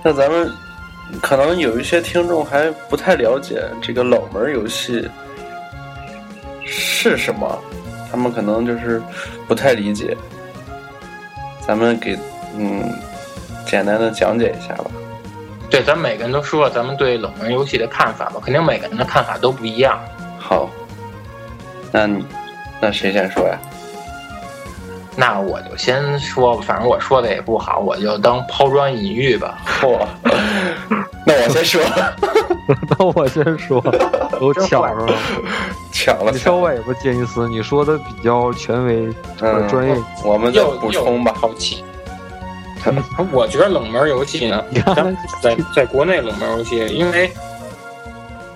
那咱们可能有一些听众还不太了解这个冷门游戏是什么，他们可能就是不太理解。咱们给嗯简单的讲解一下吧。
对，咱们每个人都说了咱们对冷门游戏的看法吧，肯定每个人的看法都不一样。
好，那你那谁先说呀？
那我就先说，反正我说的也不好，我就当抛砖引玉吧。
我， 那我先说，
那 我先说，我抢上了。
抢了
你稍微不见意思，你说的比较权威，
嗯，
专业。
我们再
又
补充吧。
好奇。我觉得冷门游戏呢，
你看
咱们在在国内冷门游戏，因为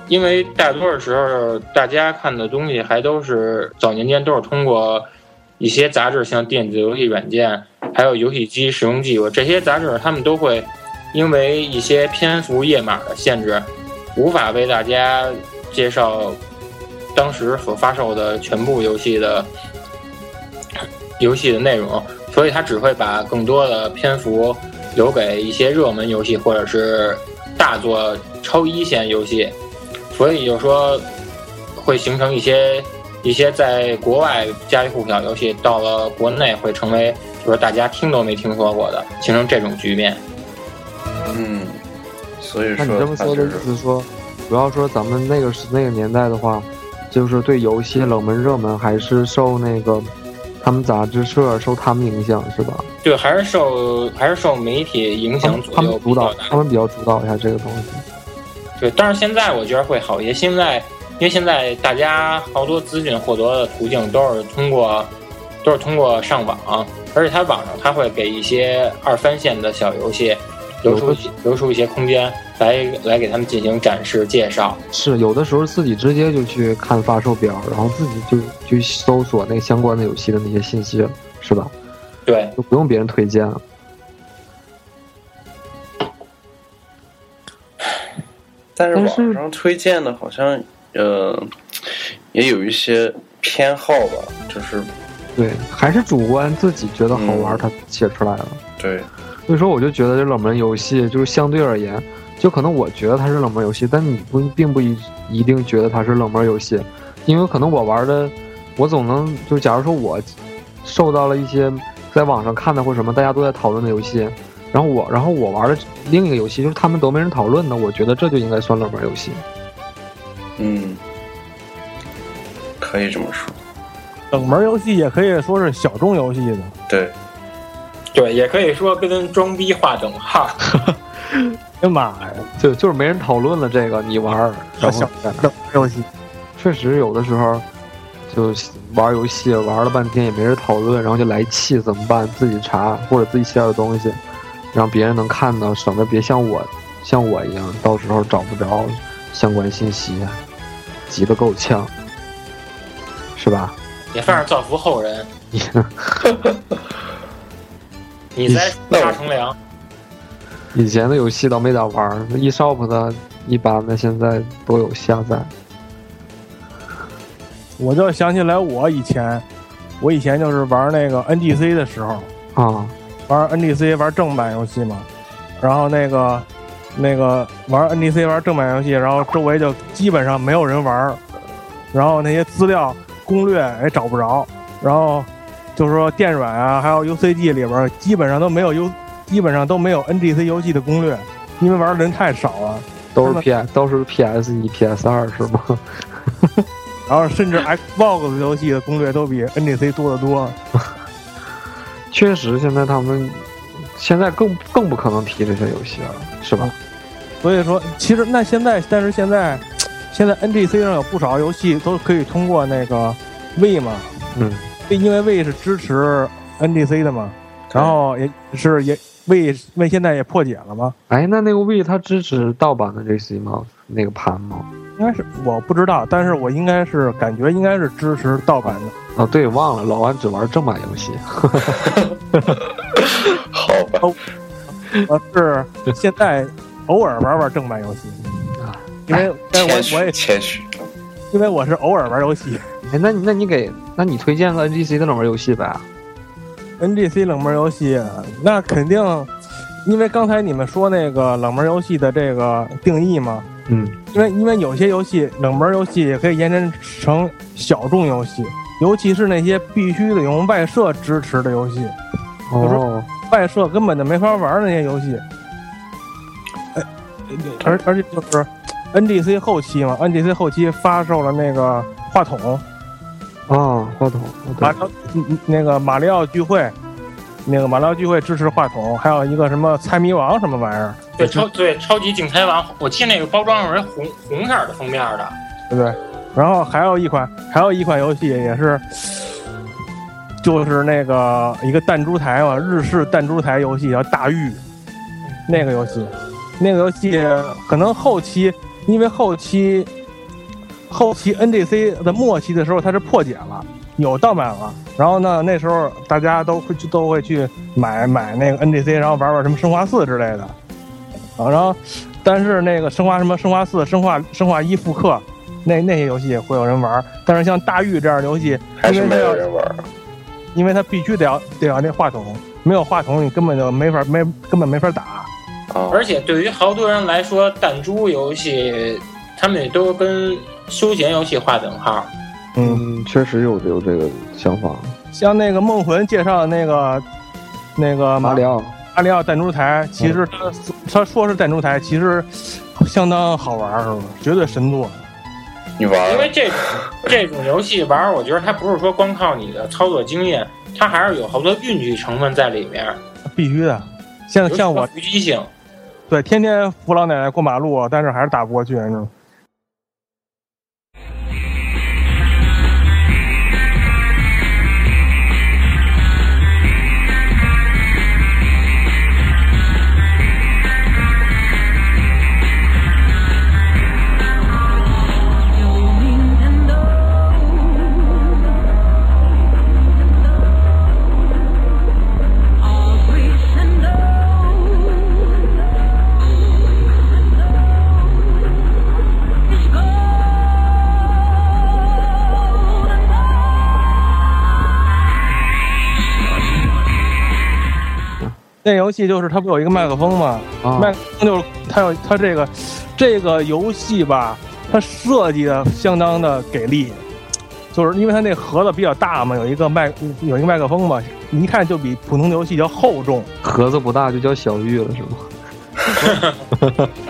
因为大多数时候大家看的东西还都是早年间都是通过一些杂志，像电子游戏软件，还有游戏机使用技术这些杂志，他们都会因为一些篇幅页码的限制，无法为大家介绍当时所发售的全部游戏的游戏的内容，所以它只会把更多的篇幅留给一些热门游戏或者是大作超一线游戏，所以就说会形成一些一些在国外家喻户晓游戏到了国内会成为就是大家听都没听说过的，形成这种局面。
嗯，所以
那你这
说
么
他
说的
就
意
是
思是说，主要说咱们那个时那个年代的话，就是对游戏冷门热门还是受那个他们杂志社受他们影响是吧？
对，还是受还是受媒体影
他
响
们
左
他
右
们
比
主
较
导，
大
他。们比较主导一下这个东西。
对，但是现在我觉得会好一些。现在因为现在大家好多资讯获得的途径都是通过都是通过上网，而且它网上它会给一些二三线的小游戏留出
有
一些留出一些空间来来给他们进行展示介绍。
是有的时候自己直接就去看发售表，然后自己就去搜索那相关的游戏的那些信息了，是吧？
对，
就不用别人推荐了。
但是
但是
网上推荐的好像呃也有一些偏好吧，就是
对，还是主观自己觉得好玩，
嗯
他写出来了。
对，
所以说，我就觉得这冷门游戏就是相对而言，就可能我觉得它是冷门游戏，但你不并不一一定觉得它是冷门游戏，因为可能我玩的，我总能就假如说我受到了一些在网上看的或什么大家都在讨论的游戏，然后我然后我玩的另一个游戏就是他们都没人讨论的，我觉得这就应该算冷门游戏。
嗯，可以这么说，
冷门游戏也可以说是小众游戏的。
对，
对，也可以说跟装逼划等号。
哎呀妈呀，
就就是没人讨论了这个，你玩儿，然后
小冷门游戏
确实有的时候，就玩游戏玩了半天也没人讨论，然后就来气怎么办？自己查或者自己写点东西，让别人能看到，省得别像我像我一样，到时候找不着相关信息，急得够呛，是吧？
也算是造福后人。你在杀乘凉，
以前的游戏倒没咋玩儿，eShop 的一般的现在都有下载，
我就想起来我以前，我以前就是玩那个 NGC 的时候，
啊，
玩 NGC 玩正版游戏嘛，然后那个那个玩 NGC 玩正版游戏，然后周围就基本上没有人玩儿，然后那些资料攻略也找不着，然后就是说电软啊，还有 UCG 里边儿基本上都没有 U，基本上都没有 NGC 游戏的攻略，因为玩儿的人太少了。
都
那
是 P 都是 PS 一、PS 二是吗？
然后甚至 Xbox 游戏的攻略都比 NGC 多得多。
确实，现在他们现在更更不可能提这些游戏了，是吧？
所以说，其实那现在，但是现在，现在 NGC 上有不少游戏都可以通过那个 V 嘛，
嗯，
因为 V 是支持 NGC 的嘛，然后也是也 V V 现在也破解了嘛，
哎，那那个 V 它支持盗版的 JC 吗？那个盘吗？
应该是我不知道，但是我应该是感觉应该是支持盗版的。
哦，对，忘了，老安只玩正版游戏。
好吧，
我是现在偶尔玩玩正版游戏
啊，
因为但
谦
我我
虚
也
谦虚，
因为我是偶尔玩游戏
哎，那你那你给那你推荐个 NGC 的冷门游戏呗？
，NGC 冷门游戏那肯定，啊因为刚才你们说那个冷门游戏的这个定义嘛，
嗯，
因为因为有些游戏冷门游戏也可以延伸成小众游戏，尤其是那些必须得用外设支持的游戏，
哦，
外设根本就没法玩那些游戏。呃而而且就是 NGC 后期嘛，NGC 后期发售了那个话筒，
哦，话筒，
马
对
里奥嗯嗯那个马里奥聚会，那个马里奥聚会支持话筒，还有一个什么猜谜王什么玩意儿，
对超对超级警察王，我记得那个包装上是红红色的封面的，
对不对？然后还有一款，还有一款游戏也是，就是那个一个弹珠台嘛，日式弹珠台游戏叫《大玉》，那个游戏，那个游戏可能后期，因为后期后期 NGC 的末期的时候它是破解了，有盗版了。然后呢，那时候大家都会去都会去买买那个 NGC，然后玩玩什么生化四之类的。啊，然后，但是那个生化什么生化四、生化生化一复刻，那那些游戏会有人玩儿，但是像大玉这样的游戏，
还是
因为
没
它
有
要
人玩儿。
因为它必须得要得要那话筒，没有话筒你根本就没法没根本没法打。
啊，
而且对于好多人来说，弹珠游戏他们也都跟休闲游戏划等号。
嗯，
嗯，确实有有这个想法。
像那个梦魂介绍的那个那个
马里
奥
奥，嗯
马里奥弹珠台，其实他他说是弹珠台，其实相当好玩儿，是吧？绝对神作。
你玩
因
儿
为这这种游戏玩儿，我觉得它不是说光靠你的操作经验，它还是有好多运气成分在里面，
必须的。像
尤其是
像我
随机性。
对天天扶老奶奶过马路，但是还是打不过去，你知道吗？那游戏就是它不有一个麦克风吗？
啊，
麦克风就是它有它这个这个游戏吧，它设计的相当的给力，就是因为它那盒子比较大嘛，有一个麦有一个麦克风嘛，你一看就比普通的游戏要厚重，
盒子不大就叫小玉了是吗？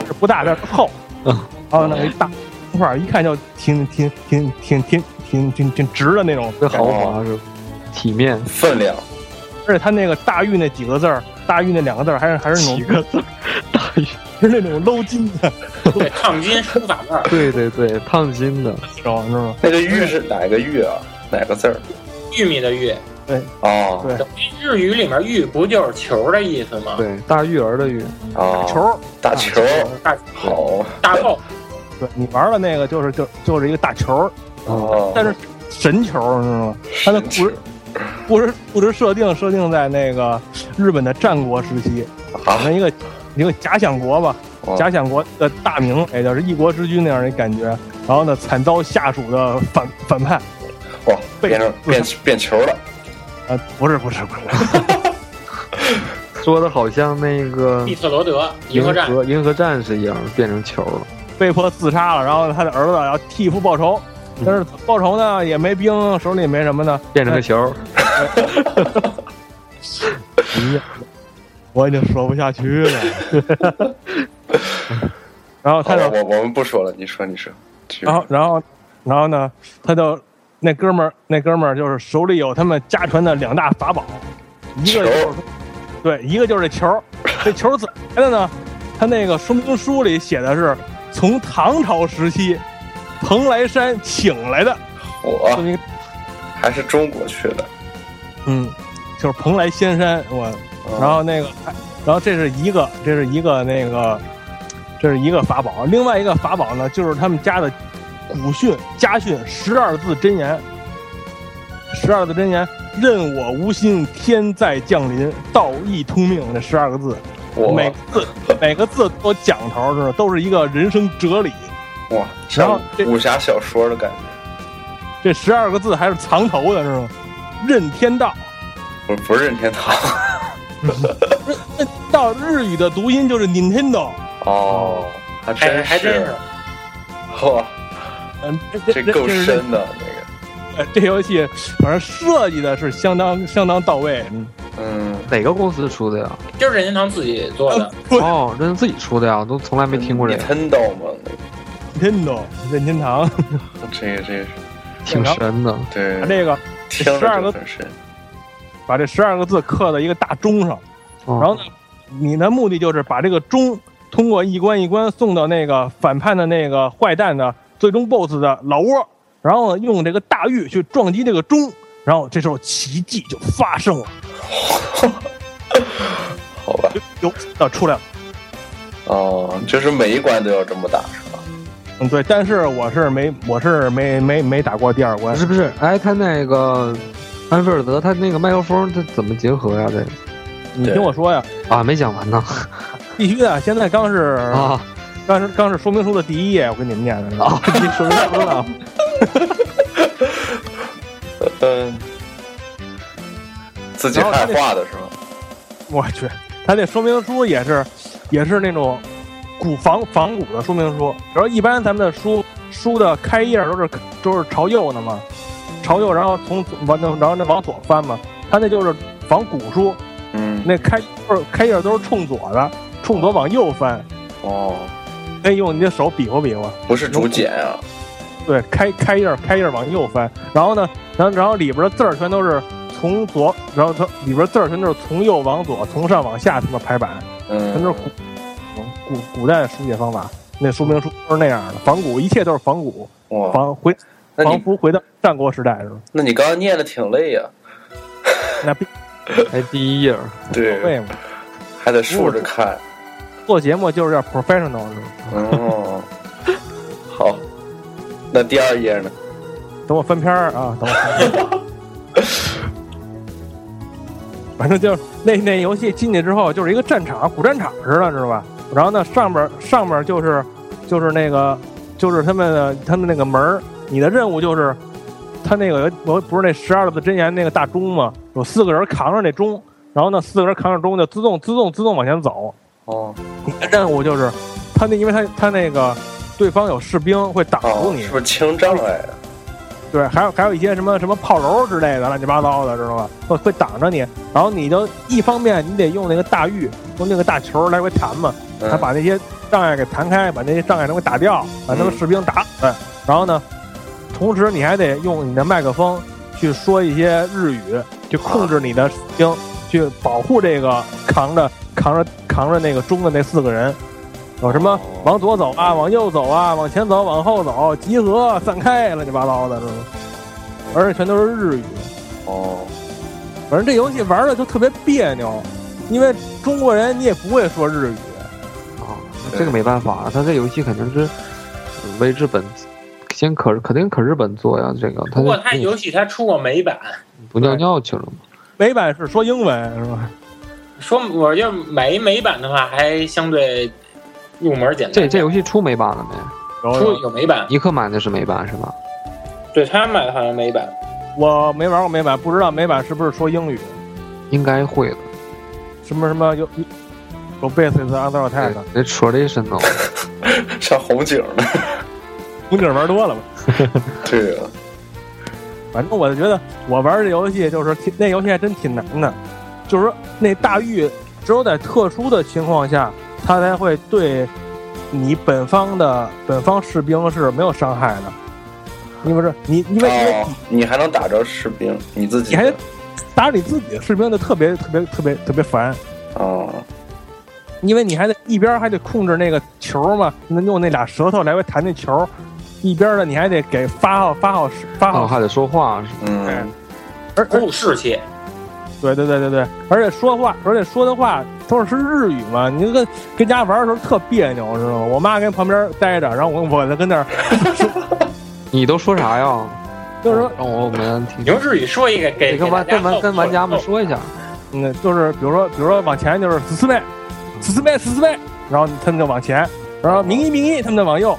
是不大但是厚，
嗯
然后那个一大方块儿一看就挺挺挺挺挺挺挺挺直的那种
这
感觉
豪华是吧体面
分量，
而且它那个“大玉”那几个字儿，“大玉”那两个字儿还是还是那
几
种
个字儿，大玉。
是那种搂金的
对，烫金书法字儿，
对对对，烫金的，
那种，你知道吗？
那个玉是哪个玉啊？哪个字儿？
玉米的玉，
哦
对，
日语里面玉不就是球的意思吗？哦
对大玉儿的玉，
哦，
球儿，
打球，
大
好
大炮，
对你玩的那个就是就就是一个大球儿，
哦，
但是神球儿，你知道吗？它的
神
故
奇
事故事故事设定设定在那个日本的战国时期，好
啊，
像一个一个假想国吧，
哦
假想国的大明，也就是一国之君那样的感觉。然后呢，惨遭下属的反反叛，
哇，
被
变成变变球了，
啊，不是不是不是，
说的好像那个
密特罗德银
嗯银
河战，
河银河战士一样，变成球了。
被迫自杀了，然后他的儿子要替父报仇，
嗯
但是报仇呢也没兵，手里也没什么呢。哎
变成个球，
我已经说不下去了。 然后
好
他
了，
就，
哦我我们不说了，你说你说，去
然后然后然后呢，他就那哥们儿那哥们儿就是手里有他们家传的两大法宝，一个就是
球
对，一个就是这球儿，这球儿怎么来的呢？他那个说明书里写的是从唐朝时期蓬莱山请来的这
我
么一个
还是中国去的，
嗯，就是蓬莱仙山，我，
哦
然后那个，哎然后这是一个，这是一个那个，这是一个法宝，另外一个法宝呢，就是他们家的古训家训十二字真言，十二字真言，任我无心，天在降临，道义通命，这十二个字，
我
每个字每个字都有讲头，是吧？都是一个人生哲理。
哇，
然后
像
这
武侠小说的感觉，
这十二个字还是藏头的，是吗？任天道，
不不是任天堂
任道日语的读音就是 Nintendo。
哦，还
哎，
真
还真
是
是，
哇，
嗯，
这够深的
呃这游戏反正设计的是相当相当到位。嗯，
那个，嗯，
哪个公司出的呀？
就是任天堂自己做的。
不
哦，这是自己出的呀，都从来没听过这个，
Nintendo 吗？
，Nintendo 任天堂，
那个这个这个是
挺神的。
把
对，
这个
听着
12
就
个
很深，
把这十二个字刻在一个大钟上，
然
然后呢，你的目的就是把这个钟通过一关一关送到那个反叛的那个坏蛋的最终 BOSS 的老窝，然后呢用这个大玉去撞击这个钟，然后这时候奇迹就发生了，
好吧，
有啊出来了。
哦，就是每一关都要这么打是吧？
嗯，对，但是我是没，我是没没没打过第二关
不，是不是，哎，他那个安菲尔德，他那个麦克风，他怎么结合呀？这个
你听我说呀，
啊，没讲完呢
必须的，现在刚是
啊
刚是刚是说明书的第一页，我 给你们念的。
啊！你说什么了？
嗯，自己
然后
害
他
怕的是吧？
我去，他这说明书也是也是那种古仿仿古的说明书。比如一般咱们的书书的开页都是都是朝右的嘛，朝右，然后从往那然后那往左翻嘛。他那就是仿古书，
嗯，
那开都是开页都是冲左的，冲左往右翻，
哦，
可以用你的手比划比划。
不是竹简啊，
对，开开页儿开页儿往右翻，然后呢，然后然后里边的字儿全都是从左，然后它里边字儿全都是从右往左，从上往下他妈排版，全都是
嗯，
古古古代书写方法。那说明书都是那样的，仿古，一切都是仿古，
哇，
仿回
那
仿
你
佛回到战国时代似的。
那你刚刚念的挺累啊呀、
那必
哎，第一页儿
对，
会嘛？
还得竖着看。
做节目就是要 professional，是吧
哦，好，那第二页呢？
等我翻篇儿啊，等我翻篇儿。反正就是那那游戏进去之后就是一个战场，古战场似的，知道吧？然后呢，上边上边就是就是那个就是他们的他们那个门儿，你的任务就是他那个我不是那十二字真言那个大钟吗？有四个人扛着那钟，然后呢四个人扛着钟就自动自动自动往前走，
哦，
你的任务就是，他那因为他他那个对方有士兵会挡住
哦，
你，
是不是清障碍啊？
对，还有还有一些什么什么炮楼之类的乱七八糟的，知道吧？会会挡着你，然后你就一方面你得用那个大玉，用那个大球来回弹嘛，他
嗯，
把那些障碍给弹开，把那些障碍能给打掉，把他们
嗯
士兵打死。然后呢，同时你还得用你的麦克风去说一些日语，去控制你的士兵，去保护这个扛着扛着扛着那个钟的那四个人。有什么
哦
往左走啊，往右走啊，往前走，往后走，集合，散开，乱七八糟的，是吗？而且全都是日语。
哦，
反正这游戏玩的就特别别扭，因为中国人你也不会说日语，
啊，那这个没办法，他这游戏肯定是嗯为日本先可肯定可日本做呀，这个
不
他就
过它游戏它出过美版，
不尿尿去了嘛。
美版是说英文是吧？
说我就买一美版的话，还相对入门简单。
这这游戏出美版了没？
有
出有美版，
尼克买的是美版是吧？
对他买的好像美版。
我没玩过美版，不知道美版是不是说英语，
应该会的。
什么什么有有 basis other attack，
那 traditional
上红警了。
红警玩多了吧？
对啊，
反正我就觉得我玩这游戏就是挺那游戏还真挺难的，就是说那大玉只有在特殊的情况下，它才会对你本方的本方士兵是没有伤害的。因为是你，因为因为
哦，你还能打着士兵，你自己
你还打你自己的士兵就特别特别特别特别烦，
哦，
因为你还得一边还得控制那个球嘛，那用那俩舌头来回弹那球，一边呢你还得给发号发号施发
啊，
号，
还得说话是吧？
嗯，
而而
入士气，
对对对对对，而且说话，而且说的话都是日语嘛，你跟跟家玩的时候特别扭，知道吗？我妈跟旁边待着，然后我我在跟那儿，
你都说啥呀？
就是说，
让我们听
你
听。
用日语说一个给
你跟玩
给大
跟
家
玩跟玩家们说一下，
嗯，就是比如说比如说往前就是死四妹，死四妹死四妹，然后他们就往前，然后明一明一他们就往右，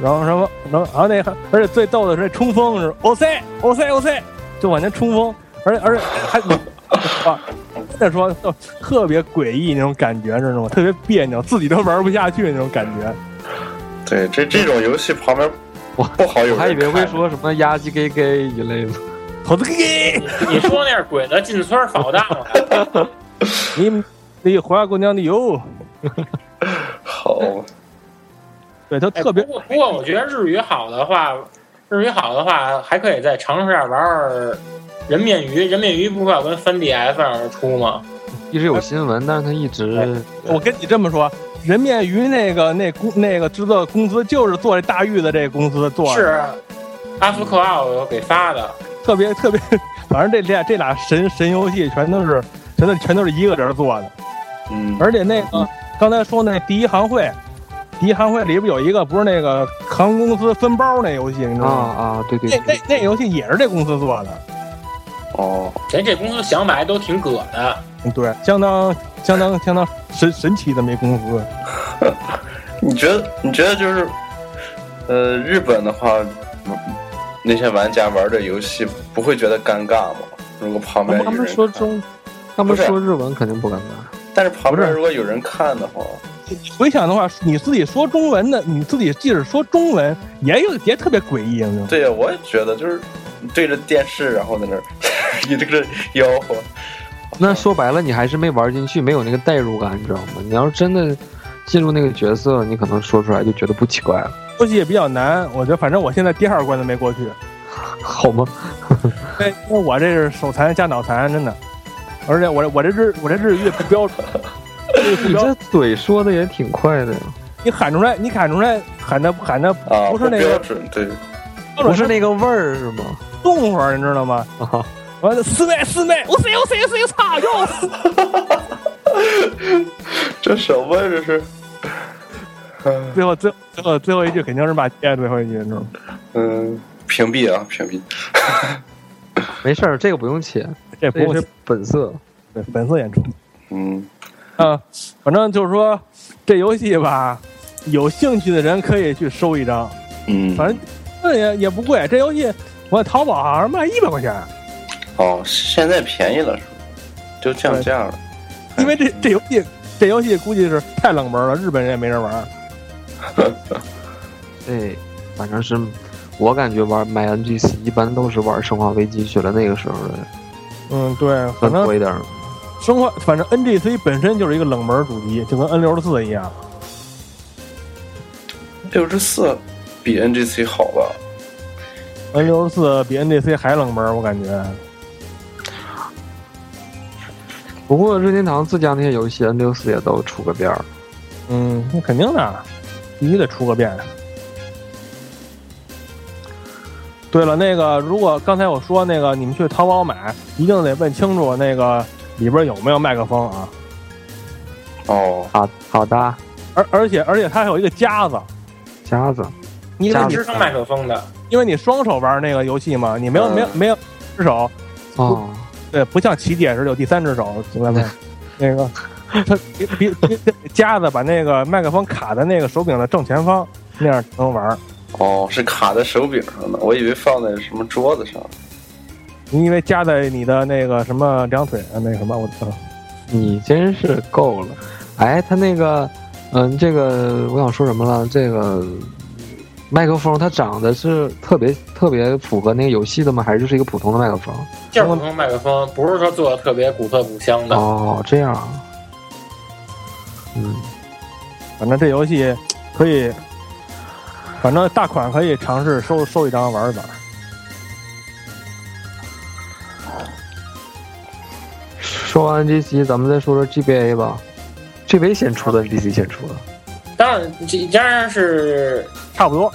然后什么，然后然后那个而且最逗的是那冲锋是 O C O C O C，就往前冲锋，而且而且还啊，再说就特别诡异那种感觉，知道吗？特别别扭，自己都玩不下去那种感觉。
对，这这种游戏旁边
我
不好有人
我还以为会
看
说什么压鸡 gay gay 一类的。
投资给
你说那是鬼子进村扫荡 了，
你，你回来给我娘的油。
好，
对他
哎
特别
不过不过，我觉得日语好的话，日语好的话，还可以再尝试下玩玩人面鱼。人面鱼不是要跟翻 DS 上出吗？
一直有新闻，但是他一直
我跟你这么说，人面鱼那个那公那个制作公司就是做这大玉的这个公司做的，
是啊阿斯克奥给发的，
特别特别， 反正这俩这俩神神游戏全都是全都全都是一个人做的，
嗯，
而且那个刚才说那第一行会。第一行会里边有一个不是那个航空公司分包那游戏，你知道
啊
吗？
啊，对对
哎那那
对，
那游戏也是这公司做的，
哦，
人哎这公司想买都挺葛的。
嗯对，相当相当相当神神奇的没公司。
你觉得你觉得就是，呃，日本的话，嗯那些玩家玩这游戏不会觉得尴尬吗？如果旁边
他
有
们
人
说
看，
中，他们说日文肯定不尴尬。
但是旁
不
边
是
如果有人看的话，
回想的话，你自己说中文的，你自己即使说中文，也有也特别诡异，你知道吗
对呀，我也觉得就是对着电视，然后在那儿 一直跟着吆喝，
那说白了，你还是没玩进去，没有那个代入感，你知道吗？你要是真的进入那个角色，你可能说出来就觉得不奇怪了。
游戏也比较难，我觉得反正我现在第二关都没过去。
好吗？
对，因为我这是手残加脑残，真的。而且我这我这日我这日语也不标准，日语不
你
标
这
准
嘴说的也挺快的呀，
你喊出来，你喊出来，喊的喊的
啊，
不是那
标
个
准，对，
不是那个味儿是吗？
动会儿，你知道吗？
啊，
完了，四妹四妹，我谁我谁我谁，操！又死
这什么呀这是？嗯
最后最最后最后一句肯定是骂街，最后一句你知道吗？
嗯，屏蔽啊，屏蔽。
没事儿，这个不用切，
这不
这
用
是本色。
对本色演出
嗯，
啊，反正就是说这游戏吧，有兴趣的人可以去收一张，
嗯，
反正那也也不贵。这游戏我淘宝好像卖一百块钱，
哦，现在便宜了是吧？就降价了。
因为这这游戏这游戏估计是太冷门了，日本人也没人玩儿。
对，反正是我感觉玩买 NGC 一般都是玩《生化危机》去了，那个时候的
嗯，对，反
更
正
多一点儿。
生化，反正 NGC 本身就是一个冷门主机，就跟 N 六十四一样。
六十四比 NGC 好吧？
N 六十四比 NGC 还冷门，我感觉。
不过任天堂自家那些游戏 N 六四也都出个遍儿。
嗯，那肯定的，必须得出个遍。对了，那个如果刚才我说那个，你们去淘宝买，一定得问清楚那个里边有没有麦克风啊。
哦，
好啊好的，
而而且而且它还有一个夹子，
夹子
因为
夹
你
子
支撑麦克风的，
因为你双手玩那个游戏嘛，你没有、
嗯
没有没有只手，
哦，
对，不像起点似的有第三只手，明白吗？那个它别别别夹子把那个麦克风卡在那个手柄的正前方，那样能玩。
哦，是卡在手柄上的，我以为放在什么桌子上。
你以为夹在你的那个什么两腿啊，那个什么，我操！
你真是够了。哎，他那个，嗯，这个我想说什么了？这个麦克风它长得是特别特别符合那个游戏的吗？还是就是一个普通的麦克风？
就是普通麦克风，不是说做的特别古色古香的。
哦，这样啊。嗯，
反正这游戏可以，反正大款可以尝试收收一张玩一玩。
说完 NGC，咱们再说说 GBA 吧。GBA 先出的，NGC 先出的。
当然，这当然是
差不多，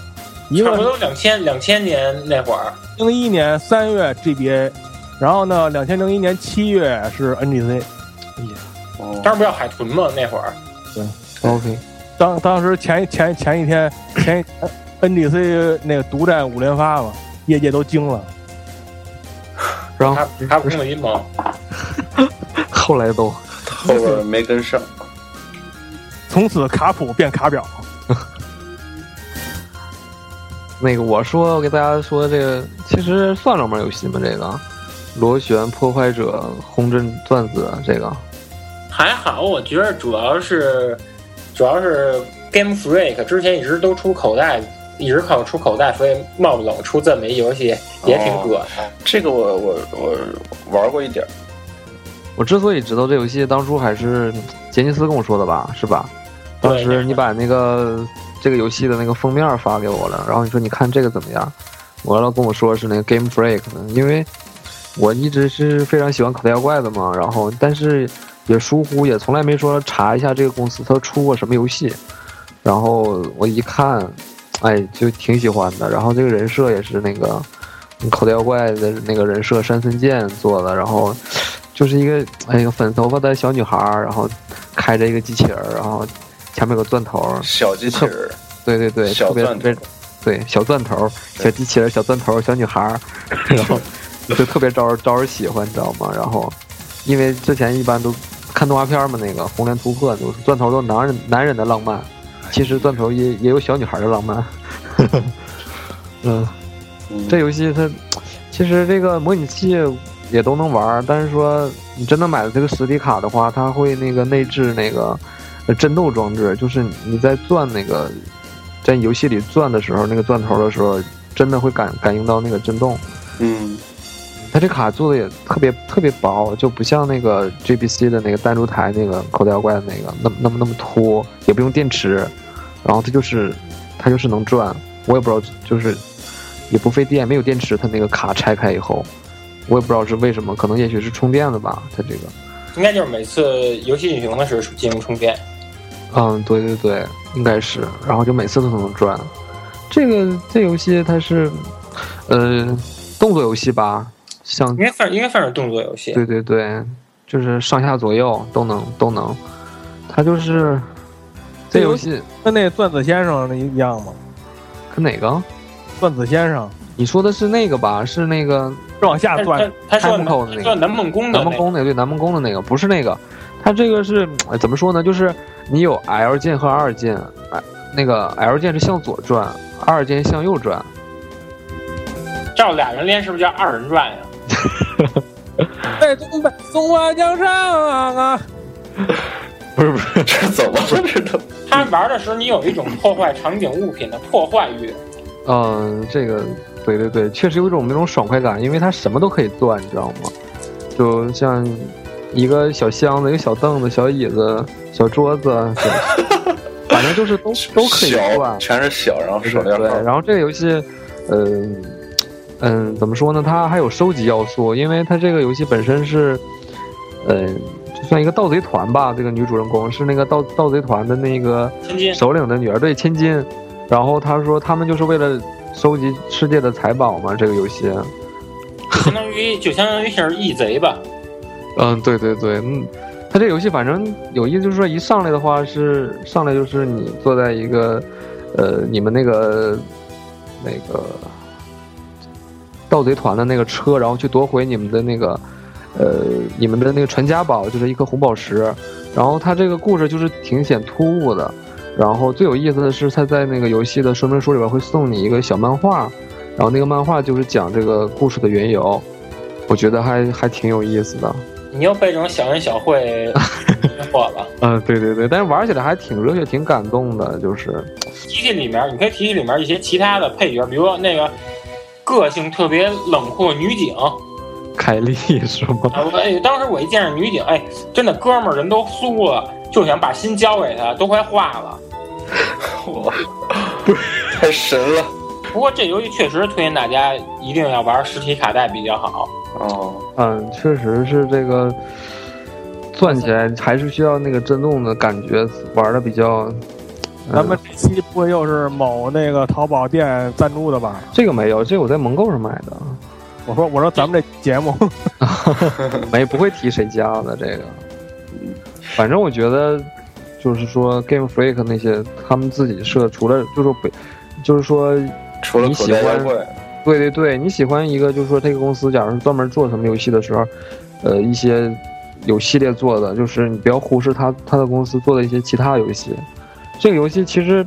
一
差不
个
多两千两千年那会儿，
哦
零一年三月 GBA，然后呢，两千零一年七月是 NGC。
哦
当，然不叫海豚嘛，那会儿
OK，
当当时前前前一天前一呃天 NGC 那个独占五连发嘛，业界都惊了。
然后
卡卡普空的阴谋。
后来都
后边没跟上。
从此卡普变卡表，
那个我说，我给大家说这个，其实算冷门游戏吗？这个螺旋破坏者、轰震钻子，啊这个
还好，我觉得主要是主要是 Game Freak 之前一直都出口袋，一直靠出口袋，所以冒冷出这么一游戏也
哦
挺葛的。
这个我我我玩过一点儿，
我之所以知道这游戏，当初还是杰尼斯跟我说的吧，是吧？
对
当时你把那个这个游戏的那个封面发给我了，然后你说你看这个怎么样？完了跟我说是那个 Game Break 的，因为我一直是非常喜欢口袋妖怪的嘛，然后但是也疏忽，也从来没说查一下这个公司它出过什么游戏。然后我一看，哎，就挺喜欢的。然后这个人设也是那个口袋妖怪的那个人设山森健做的，然后就是一个哎一个粉头发的小女孩儿，然后开着一个机器人儿，然后前面有个钻头儿，
小机器人儿，
对 对对，
小
特别
钻头
特别对小钻头儿、小机器人儿、小钻头儿、小女孩儿，然后就特别招人招人喜欢，你知道吗？然后因为之前一般都看动画片儿嘛，那个《红莲突破》都是钻头都是男人男人的浪漫，其实钻头也也有小女孩的浪漫。 嗯，
嗯
这游戏它其实这个模拟器也都能玩儿，但是说你真的买了这个实体卡的话，它会那个内置那个呃震动装置，就是你在转那个在游戏里转的时候，那个钻头的时候，真的会感感应到那个震动。
嗯
它这卡做的也特别特别薄，就不像那个 GBC 的那个弹珠台那个口袋妖怪的那个那么那么那么凸，也不用电池，然后它就是它就是能转。我也不知道，就是也不费电，没有电池，它那个卡拆开以后，我也不知道是为什么，可能也许是充电的吧，它这个。
应该就是每次游戏运行的时候进行充电。
嗯，对对对，应该是。然后就每次都能转。这个这游戏它是，呃，动作游戏吧，像
应该算应该算是动作游戏。
对对对，就是上下左右都能都能。它就是这
这游
游戏
跟那钻子先生那一样吗？
跟哪个？
钻子先生
你说的是那个吧？是那个
是往下
他
钻
他，他说
开门口的那
他
个
说南梦
嗯
宫的
南
那
梦
个，
宫那个对南梦宫的那个，不是那个，它这个是呃怎么说呢？就是你有 L 键和 R 键，哎那个 L 键是向左转，R 键向右转。
照俩人连是不是叫二人转呀？
在东北松花江上啊，
不是不是，
这怎么了？这都
他玩的时候你有一种破坏场景物品的破坏欲，
嗯、这个对对对，确实有一种那种爽快感，因为它什么都可以做，你知道吗？就像一个小箱子、一个小凳子、小椅子、小桌子，对反正就是都 都可以
小，
做。
全是小，然后手
对
镣
对，
铐。
然后这个游戏，嗯、嗯，怎么说呢？它还有收集要素，因为它这个游戏本身是，嗯、就算一个盗贼团吧。这个女主人公是那个盗盗贼团的那个
千金
首领的女儿，对，千金。然后他说他们就是为了收集世界的财宝嘛，这个游戏。
相当于就相当于是义贼吧。
嗯，对对对，嗯，它这游戏反正有意思，就是说一上来的话是上来就是你坐在一个，呃，你们那个那个盗贼团的那个车，然后去夺回你们的那个，呃，你们的那个传家宝，就是一颗红宝石。然后它这个故事就是挺显突兀的。然后最有意思的是，它在那个游戏的说明书里边会送你一个小漫画，然后那个漫画就是讲这个故事的缘由，我觉得还还挺有意思的。
你又被这种小恩小惠迷惑了。
嗯，对对对，但是玩起来还挺热血、挺感动的，就是
提起里面，你可以提起里面一些其他的配角，比如说那个个性特别冷酷的女警。
凯莉 是吗？
啊，我哎，当时我一见着女警，哎，真的哥们儿人都酥了，就想把心交给她，都快化了。
我太神了！
不过这游戏确实推荐大家一定要玩实体卡带比较好。
哦，
嗯，确实是这个，攥起来还是需要那个震动的感觉，玩的比较。嗯
咱们这期不会又是某那个淘宝店赞助的吧？
这个没有，这个我在盟购上买的，
我说我说咱们这节目
没不会提谁家的这个。反正我觉得，就是说 Game Freak 那些他们自己设，除了就是说不，就是说
除了
你
口
喜
袋妖
欢
怪，
对对对，你喜欢一个，就是说这个公司，假如是专门做什么游戏的时候，呃，一些有系列做的，就是你不要忽视他他的公司做的一些其他游戏。这个游戏其实，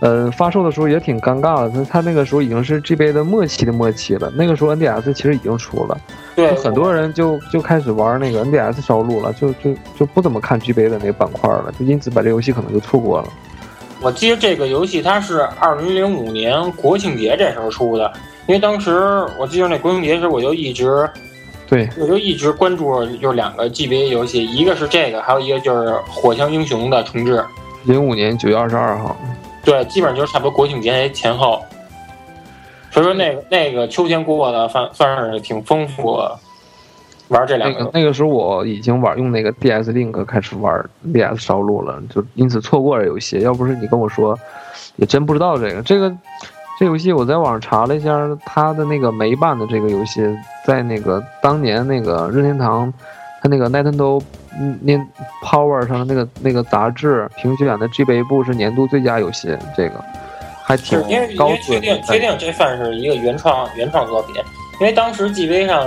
呃，发售的时候也挺尴尬的，它它那个时候已经是 GB 的末期的末期了，那个时候 NDS 其实已经出了，
对
就，很多人就就开始玩那个 NDS 烧录了，就就就不怎么看 GB 的那个板块了，就因此把这游戏可能就错过了。
我记得这个游戏它是二零零五年国庆节这时候出的，因为当时我记得那国庆节的时候我就一直
对，
我就一直关注就两个 GBA 游戏，一个是这个，还有一个就是《火枪英雄》的重置。
零五年九月二十二号，
对，基本上就是差不多国庆节前后。所以说那个那个秋天过的算算是挺丰富的，玩这两
那
个
个那个时候我已经玩用那个 DS Link 开始玩 DS 烧录了，就因此错过了游戏。要不是你跟我说，也真不知道这个这个这游戏。我在网上查了一下，它的那个美版的这个游戏，在那个当年那个任天堂，它那个 Nintendo 嗯 Nin Power 上的那个那个杂志评选的 GBA 部是年度最佳游戏，这个还挺
是因为因
高
为确
准
定
的。
确定这算是一个原创原创作品，因为当时 G V 上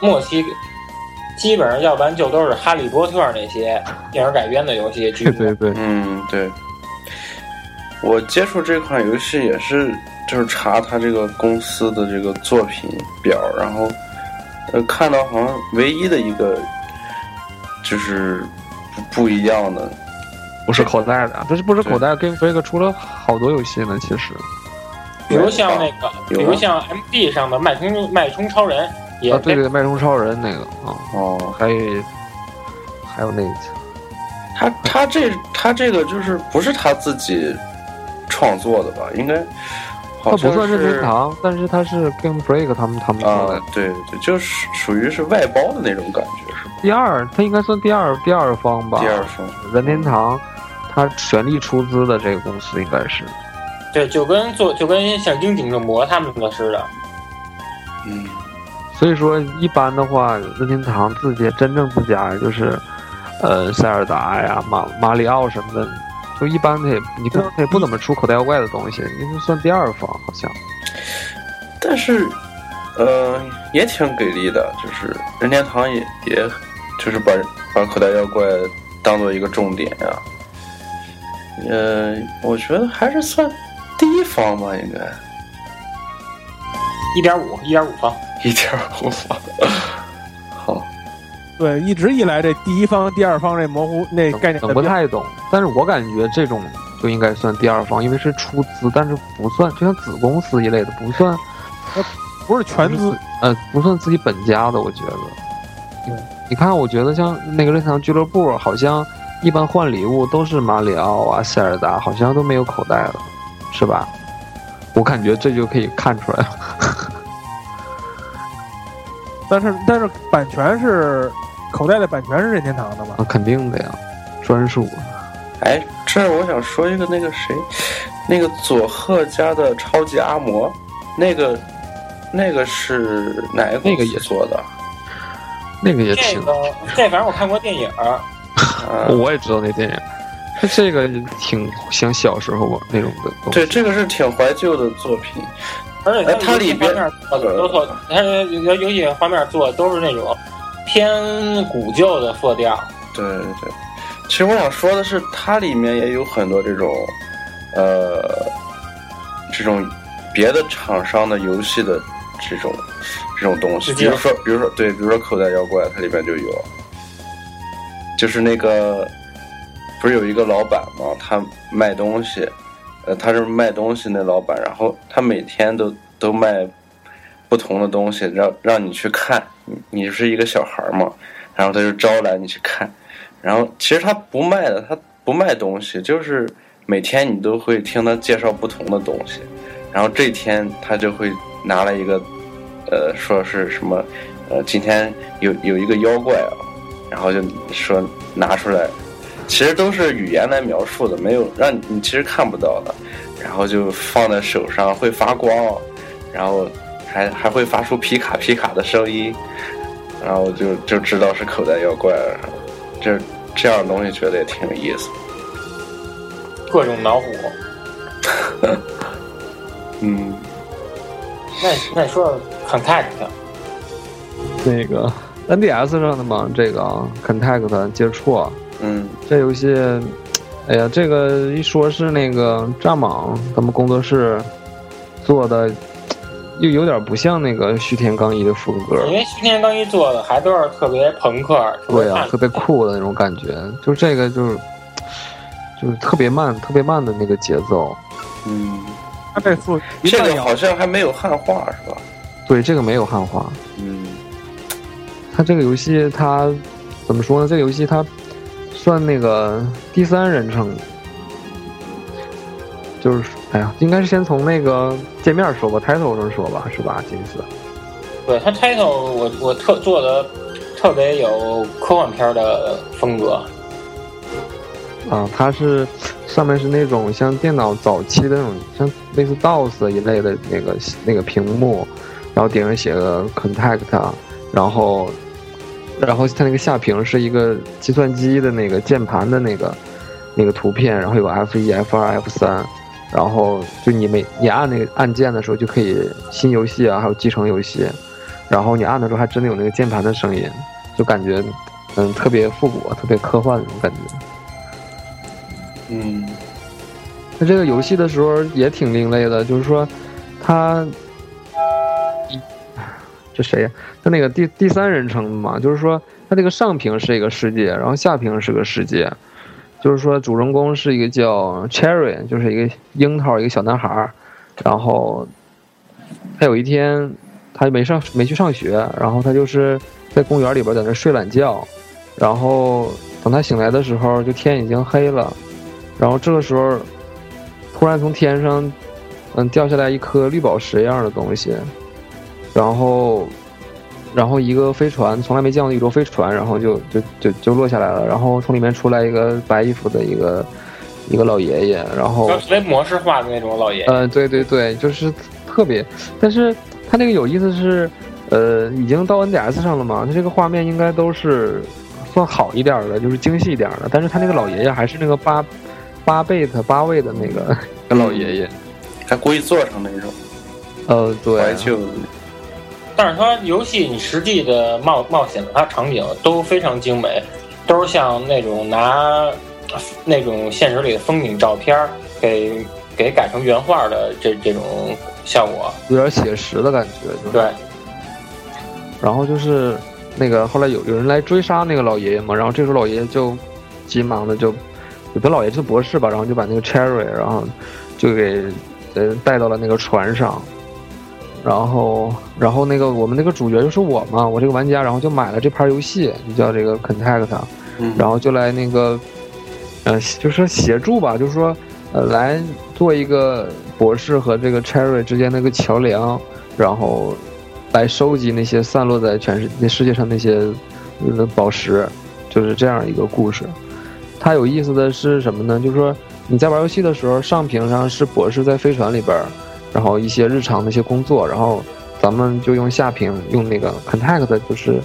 末期基本上要不然就都是《哈利波特》那些电影改编的游 戏，
对对对，
嗯，对。我接触这款游戏也是，就是查它这个公司的这个作品表，然后呃看到好像唯一的一个就是不不一样的，
不是口袋的，啊这是不是口袋？Game Freak 出了好多游戏呢，其实。
比如像那个，
有
比如像 M D 上的脉冲脉冲超人也
啊，对对，麦冲超人那个啊，
哦，
还有还有那个
他他这他这个就是不是他自己创作的吧？应该
它
好像
哦不算
是
任天堂，但是它是 Game Break 他们他们做
啊
的。，
对对对，就是属于是外包的那种感觉，是吧？
第二，它应该算第二第二方吧？
第二方，
任天堂，它全力出资的这个公司应该是。
对，就跟做就跟像樱井正博他们的似的，
嗯
所以说，一般的话，任天堂自己真正自家就是，呃，塞尔达呀、马马里奥什么的，就一般它也你不它也不怎么出口袋妖怪的东西，因为算第二方好像。，
但是，呃，也挺给力的，就是任天堂也也，就是把把口袋妖怪当做一个重点啊。呃，我觉得还是算第一方吧，应该
一点五一点五方。
一点五方。 好，
对，一直以来这第一方、第二方这模糊那概念
整不太懂，但是我感觉这种就应该算第二方，因为是出资，但是不算，就像子公司一类的，不算
不是全资，
呃，不算自己本家的，我觉得。
对，
你看，我觉得像那个任天堂俱乐部，好像一般换礼物都是马里奥啊、塞尔达，好像都没有口袋了，是吧？我感觉这就可以看出来了。
但是但是版权是口袋的版权是任天堂的嘛？
啊肯定的呀，专属。啊
哎，这儿我想说一个那个谁，那个佐贺家的超级阿嬷，那个那个是哪个公
那个
司
也
做的？
那个也
这
挺，
个这反正我看过电影儿，
啊
我也知道那电影，这这个挺像小时候玩那种的东西。
对，这个是挺怀旧的作品。
而且
哎它里边
它画面都做，它游游戏方面做的都是那种偏古旧的色调。
对对对，其实我想说的是，它里面也有很多这种，呃，这种别的厂商的游戏的这种这种东西，
致
比
敬
如说，比如说，对，比如说《口袋妖怪》，它里边就有，就是那个不是有一个老板吗？他卖东西，呃，他是卖东西那老板，然后他每天都都卖不同的东西，让让你去看，你你是一个小孩儿嘛，然后他就招揽你去看，然后其实他不卖的，他不卖东西，就是每天你都会听他介绍不同的东西，然后这天他就会拿来一个，呃，说是什么，呃，今天有有一个妖怪啊，然后就说拿出来，其实都是语言来描述的，没有让你你其实看不到的，然后就放在手上会发光，然后还还会发出皮卡皮卡的声音，然后就就知道是口袋妖怪了，这这样的东西觉得也挺有意思。
各种脑补。
嗯，
那那你说说 Contact，
那个 NDS 上的嘛，这个啊 Contact 接触啊，
嗯，
这游戏，哎呀，这个一说是那个蚱蜢他们工作室做的，又有点不像那个须田刚一的风格，
因为新天刚一做的还都是特别朋克，特别
对啊，
慢
特别酷的那种感觉。就这个就是就是特别慢、特别慢的那个节奏。
嗯，
它这数一
这
旦
个
要
好像还没有汉化是吧？
对，这个没有汉化，
嗯
它这个游戏它怎么说呢？这个游戏它算那个第三人称，就是哎呀，应该是先从那个界面说吧，title 上说吧，是吧？金丝，
对它 title 我我特做的特别有科幻片的风格，
啊，它是上面是那种像电脑早期的那种，像类似 DOS 一类的那个那个屏幕，然后顶上写个 Contact，然啊后然后它那个下屏是一个计算机的那个键盘的那个那个图片，然后有 F 一、F 二、F 三，然后就你每你按那个按键的时候就可以新游戏啊，还有继承游戏，然后你按的时候还真的有那个键盘的声音，就感觉嗯特别复古、特别科幻的那种感觉。
嗯
那这个游戏的时候也挺另类的，就是说，它，这谁呀？它那个第第三人称嘛，就是说，它这个上屏是一个世界，然后下屏是个世界，就是说主人公是一个叫 Cherry，就是一个樱桃，一个小男孩儿，然后他有一天他没上没去上学，然后他就是在公园里边在那睡懒觉，然后等他醒来的时候，就天已经黑了。然后这个时候，突然从天上，嗯，掉下来一颗绿宝石一样的东西，然后，然后一个飞船从来没见过的宇宙飞船，然后就就就就落下来了，然后从里面出来一个白衣服的一个一个老爷爷，然后
就特别模式化的那种老爷爷。
呃，对对对，就是特别，但是它这个有意思是，呃，已经到 NDS 上了嘛，它这个画面应该都是算好一点儿的，就是精细一点儿的，但是它那个老爷爷还是那个八八贝特八位的那个 老爷爷，
他故意做成那种
呃，
怀
对，
旧的，
但是它游戏你实际的冒冒险的它场景都非常精美，都是像那种拿那种现实里的风景照片儿给给改成原画的这这种效果。
有点写实的感觉，就是
对，
然后就是那个后来有有人来追杀那个老爷爷嘛，然后这时候老爷爷就急忙的就，有的老爷爷是博士吧，然后就把那个 Cherry，然后就给呃带到了那个船上，然后然后那个我们那个主角就是我嘛，我这个玩家，然后就买了这盘游戏，就叫这个 Contact，
嗯，
然后就来那个，呃，就说协助吧，就是说，呃，来做一个博士和这个 Cherry 之间那个桥梁，然后来收集那些散落在全世界世界上那些呃宝石，就是这样一个故事。它有意思的是什么呢？就是说你在玩游戏的时候，上屏上是博士在飞船里边儿，然后一些日常的一些工作，然后咱们就用下屏用那个 Contact 就是。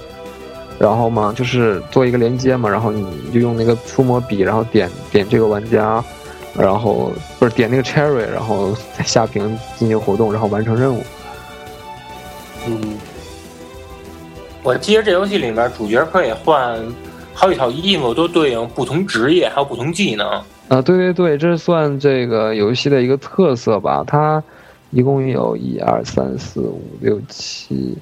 然后嘛，就是做一个连接嘛，然后你就用那个触摸笔，然后点点这个玩家，然后不是点那个 Cherry，然后再下屏进行活动，然后完成任务。
嗯，
我记得这游戏里面主角可以换好几套衣服，都对应不同职业还有不同技能。
啊，对对对，这算这个游戏的一个特色吧。它一共有一二三四五六七，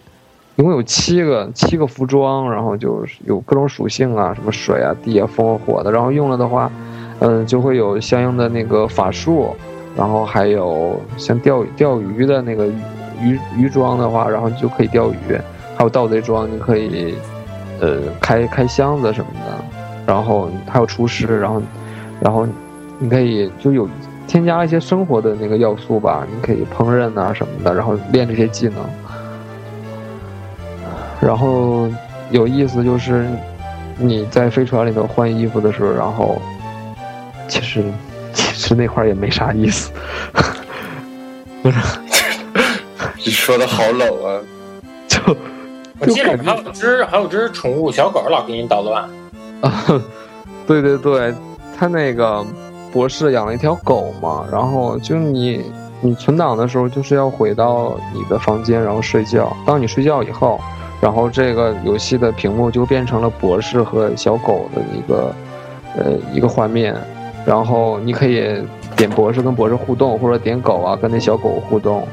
一共有七个七个服装，然后就是有各种属性啊，什么水啊、地啊、风啊、火的。然后用了的话，嗯，就会有相应的那个法术，然后还有像钓鱼钓鱼的那个鱼鱼装的话，然后你就可以钓鱼，还有盗贼装，你可以呃开开箱子什么的。然后还有厨师，然后然后你可以就有添加一些生活的那个要素吧，你可以烹饪啊什么的，然后练这些技能。然后有意思就是你在飞船里头换衣服的时候，然后其实其实那块儿也没啥意思，
你说的好冷啊，
就
我记得里面还有只还有只宠物小狗老给你捣乱，
啊，对对对，他那个博士养了一条狗嘛，然后就你你存档的时候就是要回到你的房间，然后睡觉。当你睡觉以后，然后这个游戏的屏幕就变成了博士和小狗的一个呃一个画面，然后你可以点博士跟博士互动，或者点狗啊跟那小狗互动。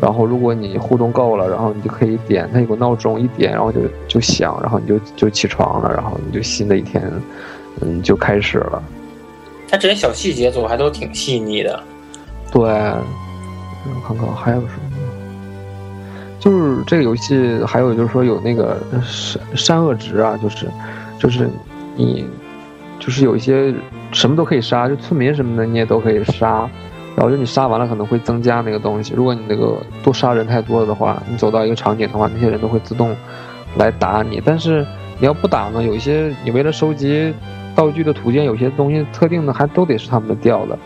然后，如果你互动够了，然后你就可以点它有个闹钟，一点，然后就就响，然后你就就起床了，然后你就新的一天，嗯，就开始了。
它这些小细节做得还都挺细腻的。
对，我看看还有什么？就是这个游戏，还有就是说有那个善善恶值啊，就是就是你就是有一些什么都可以杀，就村民什么的你也都可以杀。然后就你杀完了可能会增加那个东西，如果你那个多杀人太多了的话，你走到一个场景的话，那些人都会自动来打你。但是你要不打呢，有一些你为了收集道具的途径，有些东西特定的还都得是他们的掉的，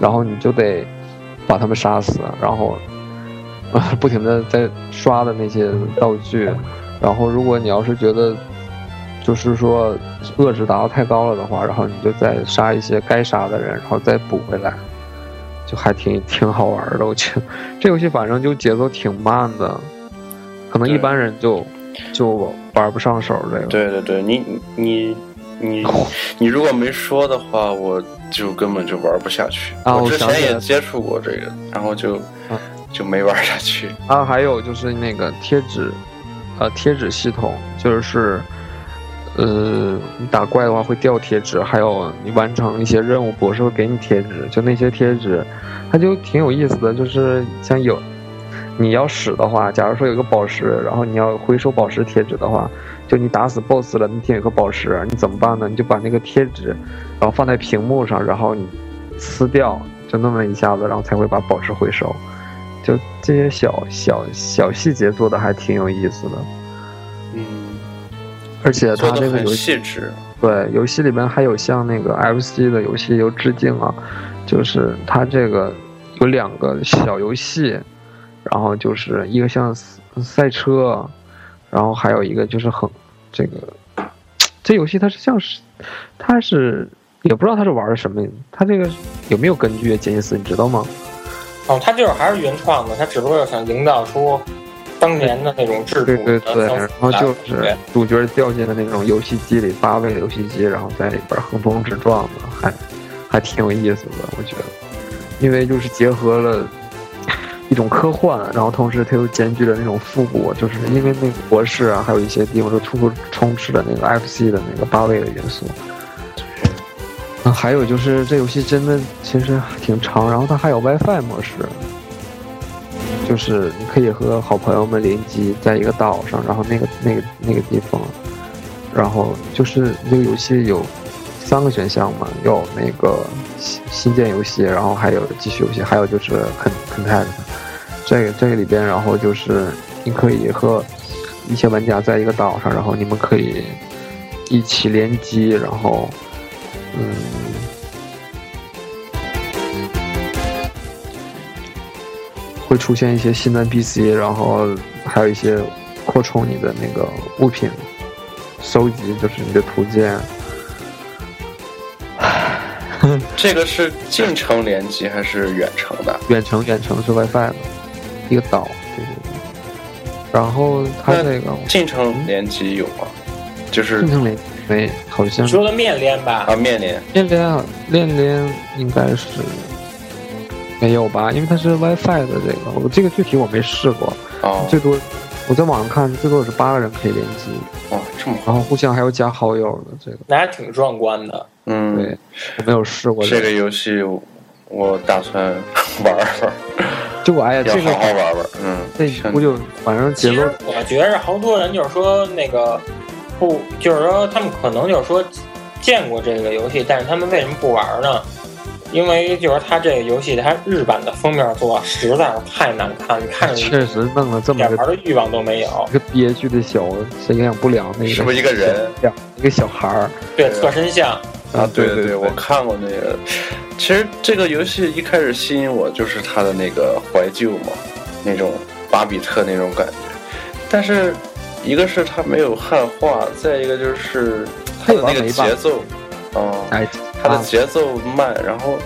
然后你就得把他们杀死，然后 啊不停的在刷的那些道具，然后如果你要是觉得就是说遏制达到太高了的话，然后你就再杀一些该杀的人，然后再补回来，就还挺挺好玩的。我觉得这游戏反正就节奏挺慢的，可能一
对
般人就就玩不上手这个。
对对对，你你你你如果没说的话，我就根本就玩不下去。
啊
我
我
之
想
前
起来
也
了
接触过这个，然后就、
啊
就没玩下去。
啊，还有就是那个贴纸，呃，贴纸系统就是，呃，你打怪的话会掉贴纸，还有你完成一些任务，博士会给你贴纸，就那些贴纸，它就挺有意思的，就是像有。你要使的话，假如说有一个宝石，然后你要回收宝石贴纸的话，就你打死 BOSS 了，那天有个宝石，你怎么办呢？你就把那个贴纸，然后放在屏幕上，然后你撕掉，就那么一下子，然后才会把宝石回收。就这些小小小细节做的还挺有意思的，
嗯，
而且
做
它这
的
个
很
游戏
细致，
对，游戏里面还有像那个 FC 的游戏有致敬啊，就是它这个有两个小游戏，然后就是一个像赛赛车，然后还有一个就是很这个这游戏它是像是它是也不知道它是玩的什么，它这个有没有根据啊杰尼斯你知道吗？
哦，它就是还是原创的，它只不过想营造出当年的那种质朴
对对
和
对，
相似
然后
感
就是
对
主角掉进了那种游戏机里八位的游戏机，然后在里边横冲直撞的，还还挺有意思的，我觉得，因为就是结合了一种科幻，然后同时它又兼具了那种复古，就是因为那个博士啊，还有一些地方都处处充斥着那个 FC 的那个八位的元素。那还有就是这游戏真的其实挺长，然后它还有 WiFi 模式，就是你可以和好朋友们联机在一个岛上，然后那个那个那个地方，然后就是这个游戏有三个选项嘛，有那个新新建游戏，然后还有继续游戏，还有就是 con contact，这个这个里边，然后就是你可以和一些玩家在一个岛上，然后你们可以一起联机，然后嗯。会出现一些新的 NPC，然后还有一些扩充你的那个物品收集，就是你的图鉴。
这个是近程联机还是远程的？
远程远程是 WiFi 的一个岛，对对对。然后它
那
这个
近程联机有吗？就是
进程里没，好像
你说的面连吧，
啊，面临
练练练练应该是没有吧，因为它是 WiFi 的这个，我这个具体我没试过，
哦
最多我在网上看最多是八个人可以联机，
哦这么好，
然后互相还有加好友的这个，
那还挺壮观的。
嗯
对，我没有试过
这个游戏我我打算玩玩，
这个哎呀，
要
这
好好
个
玩玩，嗯，
这我就反正节
其
奏
实我觉着好多人就是说那个不，就是说他们可能就是说见过这个游戏，但是他们为什么不玩呢？因为就是它这个游戏，它日版的封面做实在是太难看，你看着
确实弄了这
一
么
点
个
玩的欲望都没有
一。个憋屈的小是营养不良那个，
是不是一个人？
两一个小孩儿
对，侧身像，
啊，对
对
对，我看过那个。其实这个游戏一开始吸引我就是它的那个怀旧嘛，那种巴比特那种感觉。但是一个是它没有汉化，再一个就是它的那个节奏，哦，
哎，
它的节奏慢，然后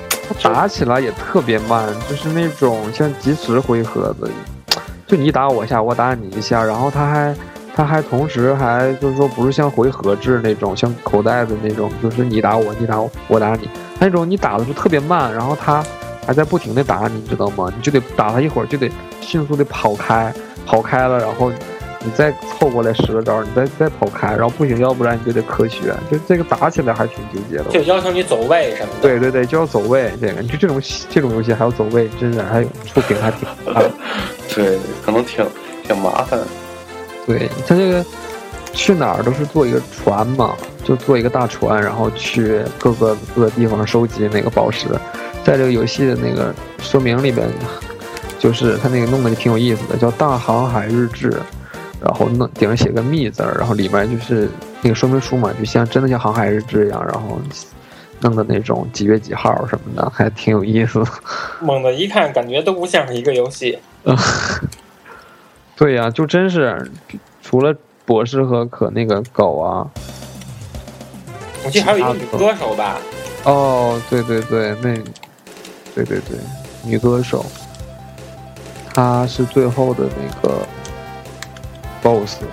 他打起来也特别慢，就是那种像即时回合的，就你打我一下，我打你一下，然后他还他还同时还就是说不是像回合制那种，像口袋的那种，就是你打我，你打我，我打你，那种你打的就特别慢，然后他还在不停的打你，你知道吗？你就得打他一会儿，就得迅速的跑开，跑开了，然后。你再凑过来十个招，你再再跑开，然后不行，要不然你就得科学，就这个打起来还挺纠结的。我觉得
就要求你走位什么的。
对对对，就要走位，这个就这种这种游戏还要走位，真是还有触屏还挺大的。
对，可能挺挺麻烦。
对他这个去哪儿都是坐一个船嘛，就坐一个大船，然后去各个各个地方收集那个宝石。在这个游戏的那个说明里边，就是他那个弄的挺有意思的，叫《大航海日志》，然后弄顶上写个“密”字儿，然后里面就是那个说明书嘛，就像真的像航海日志一样，然后弄的那种几月几号什么的，还挺有意思的。
猛的一看，感觉都不像是一个游戏。
对呀、就真是除了博士和可那个狗啊，
我记得还有一个女歌手吧，
哦，对对对，那，对对对，女歌手，她是最后的那个 BOSS。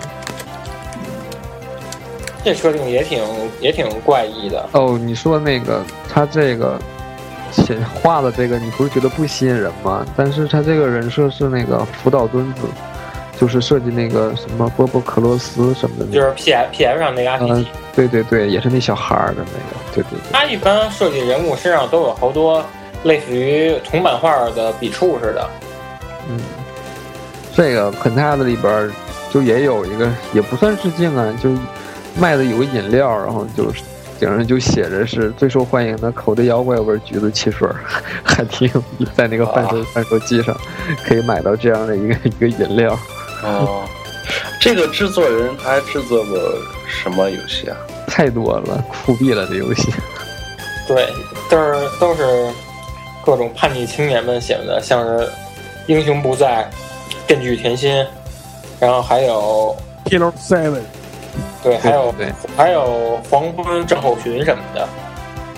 这设定也挺也挺怪异的。
哦，你说那个她这个写画的这个，你不是觉得不吸引人吗？但是她这个人设是那个福岛敦子，就是设计那个什么波波克罗斯什么的那
就
个，
是 P F P F 上那个 RPG，、
嗯对对对，也是那小孩儿的那个，对对对。
它一般设计人物身上都有好多类似于铜版画的笔触似的。
嗯，这个 Contact 里边儿就也有一个，也不算致敬啊，就是卖的有个饮料，然后就是顶上就写着是最受欢迎的口袋妖怪味儿橘子汽水儿，还挺有意思在那个贩售贩售机上可以买到这样的一个一个饮料。
哦，这个制作人他还制作过什么游戏啊？
太多了，酷毙了！这游戏
对，都是都是各种叛逆青年们写的，像是《英雄不在》《电锯甜心》，然后还有
Killer Seven，
对，还有
对对
还有《黄昏症候群》什么的，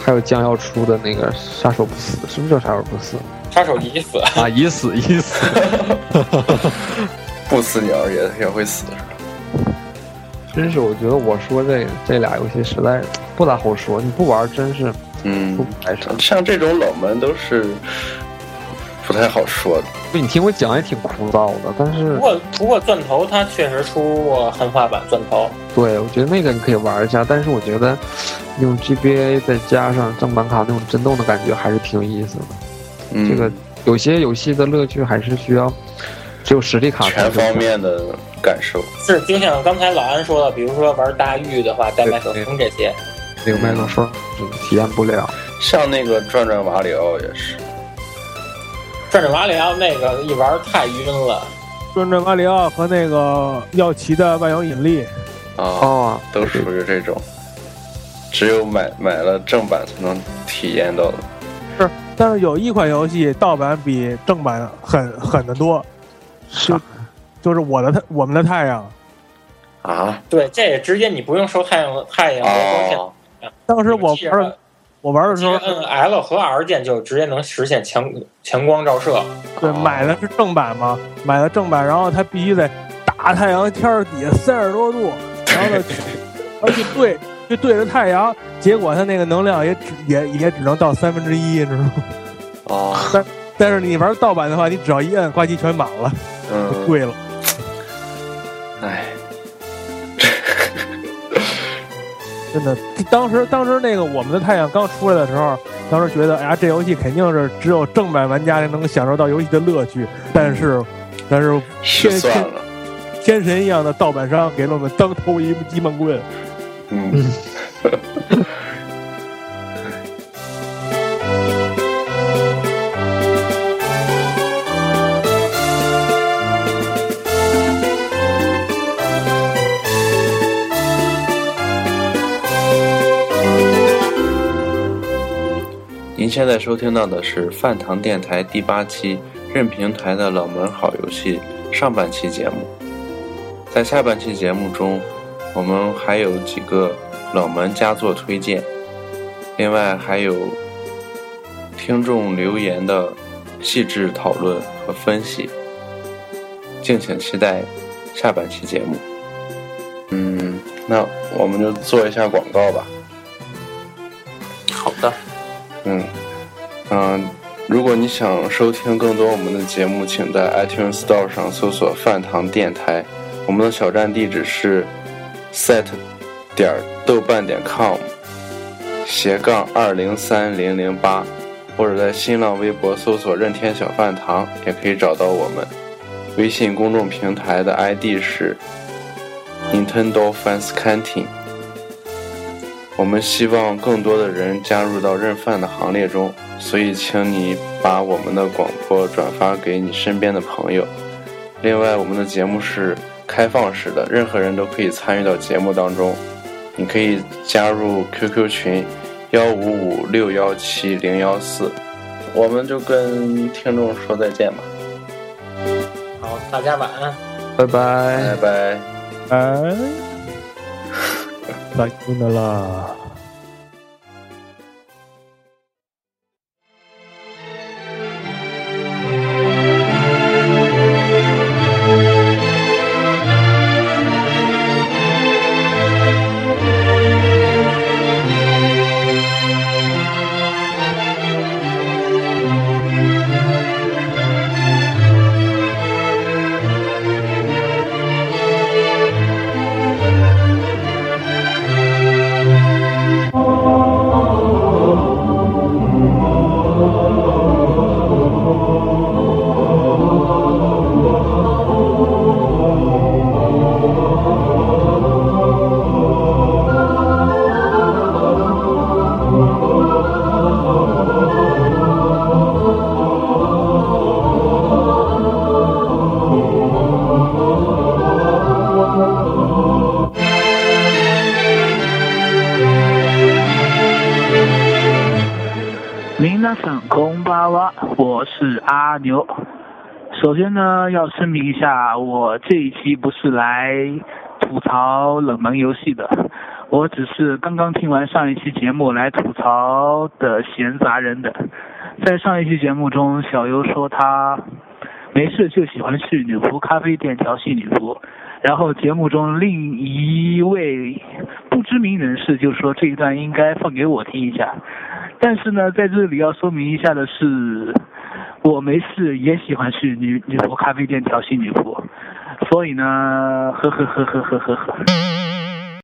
还有将要出的那个杀手不死，是不是叫杀手不死
杀手已死。
啊？已死已死，
不死鸟也也会死，
真是我觉得我说这这俩游戏实在不咋好说，你不玩儿真是
嗯
说不来啥。
像这种冷门都是不太好说的。
就你听我讲也挺枯燥的，但是
不过不过钻头它确实出过汉化版钻头，
对我觉得那个你可以玩一下，但是我觉得用 GBA 再加上正版卡那种震动的感觉还是挺有意思的。
嗯，
这个有些游戏的乐趣还是需要只有实力卡才
全
知道
方面的感受，
是就像刚才老安说的，比如说玩大玉的话，带麦克风这些，
明白了，说嗯体验不了。
像那个转转马里奥也是，
转转马里奥那个一玩太晕了。
顺着马里奥和那个耀奇的万有引力，
啊，
哦，
都属于这种，只有买买了正版才能体验到的。
但是有一款游戏盗版比正版狠狠得多，
是
就是我的太我们的太阳。
啊
对，这也直接你不用受太阳太阳光线，
哦，
当时我
我记
玩
着
的我玩的时候，
摁 L 和 R 键就直接能实现强强光照射。
对买的是正版嘛，买的正版，然后它必须得大太阳天儿底下三十多度，然后呢，而且对就对着太阳，结果它那个能量也只也也只能到三分之一，你知道吗？
哦，
但是你玩盗版的话，你只要一摁，呱唧全满了，就
嗯，
贵了。
哎，
真的，当时当时那个我们的太阳刚出来的时候，当时觉得，哎呀，这游戏肯定是只有正版玩家才能享受到游戏的乐趣。但是，但是
是
天
算了，
天神一样的盗版商给了我们当头一一闷棍。
嗯，您现在收听到的是饭堂电台第八期任平台的冷门好游戏上半期节目。在下半期节目中，我们还有几个冷门佳作推荐，另外还有听众留言的细致讨论和分析，敬请期待下半期节目。嗯，那我们就做一下广告吧。
好的，
嗯，嗯、如果你想收听更多我们的节目，请在 iTunes Store 上搜索“饭堂电台”。我们的小站地址是 set 点儿豆瓣点 com 斜杠二零三零零八，或者在新浪微博搜索“任天小饭堂”也可以找到我们。微信公众平台的 ID 是 Nintendo Fans Canteen。我们希望更多的人加入到认饭的行列中，所以请你把我们的广播转发给你身边的朋友。另外，我们的节目是开放式的，任何人都可以参与到节目当中。你可以加入 QQ 群幺五五六幺七零幺四。我们就跟听众说再见吧，
好，大家晚安。
拜拜
拜。拜。
哎，来真的啦。
啊
上空巴哇，我是阿牛。首先呢，要声明一下，我这一期不是来吐槽冷门游戏的，我只是刚刚听完上一期节目来吐槽的闲杂人的。在上一期节目中，小优说他没事就喜欢去女仆咖啡店调戏女仆，然后节目中另一位不知名人士就说这一段应该放给我听一下。但是呢，在这里要说明一下的是，我没事也喜欢去女女仆咖啡店调戏女仆，所以呢，呵呵呵呵呵呵呵。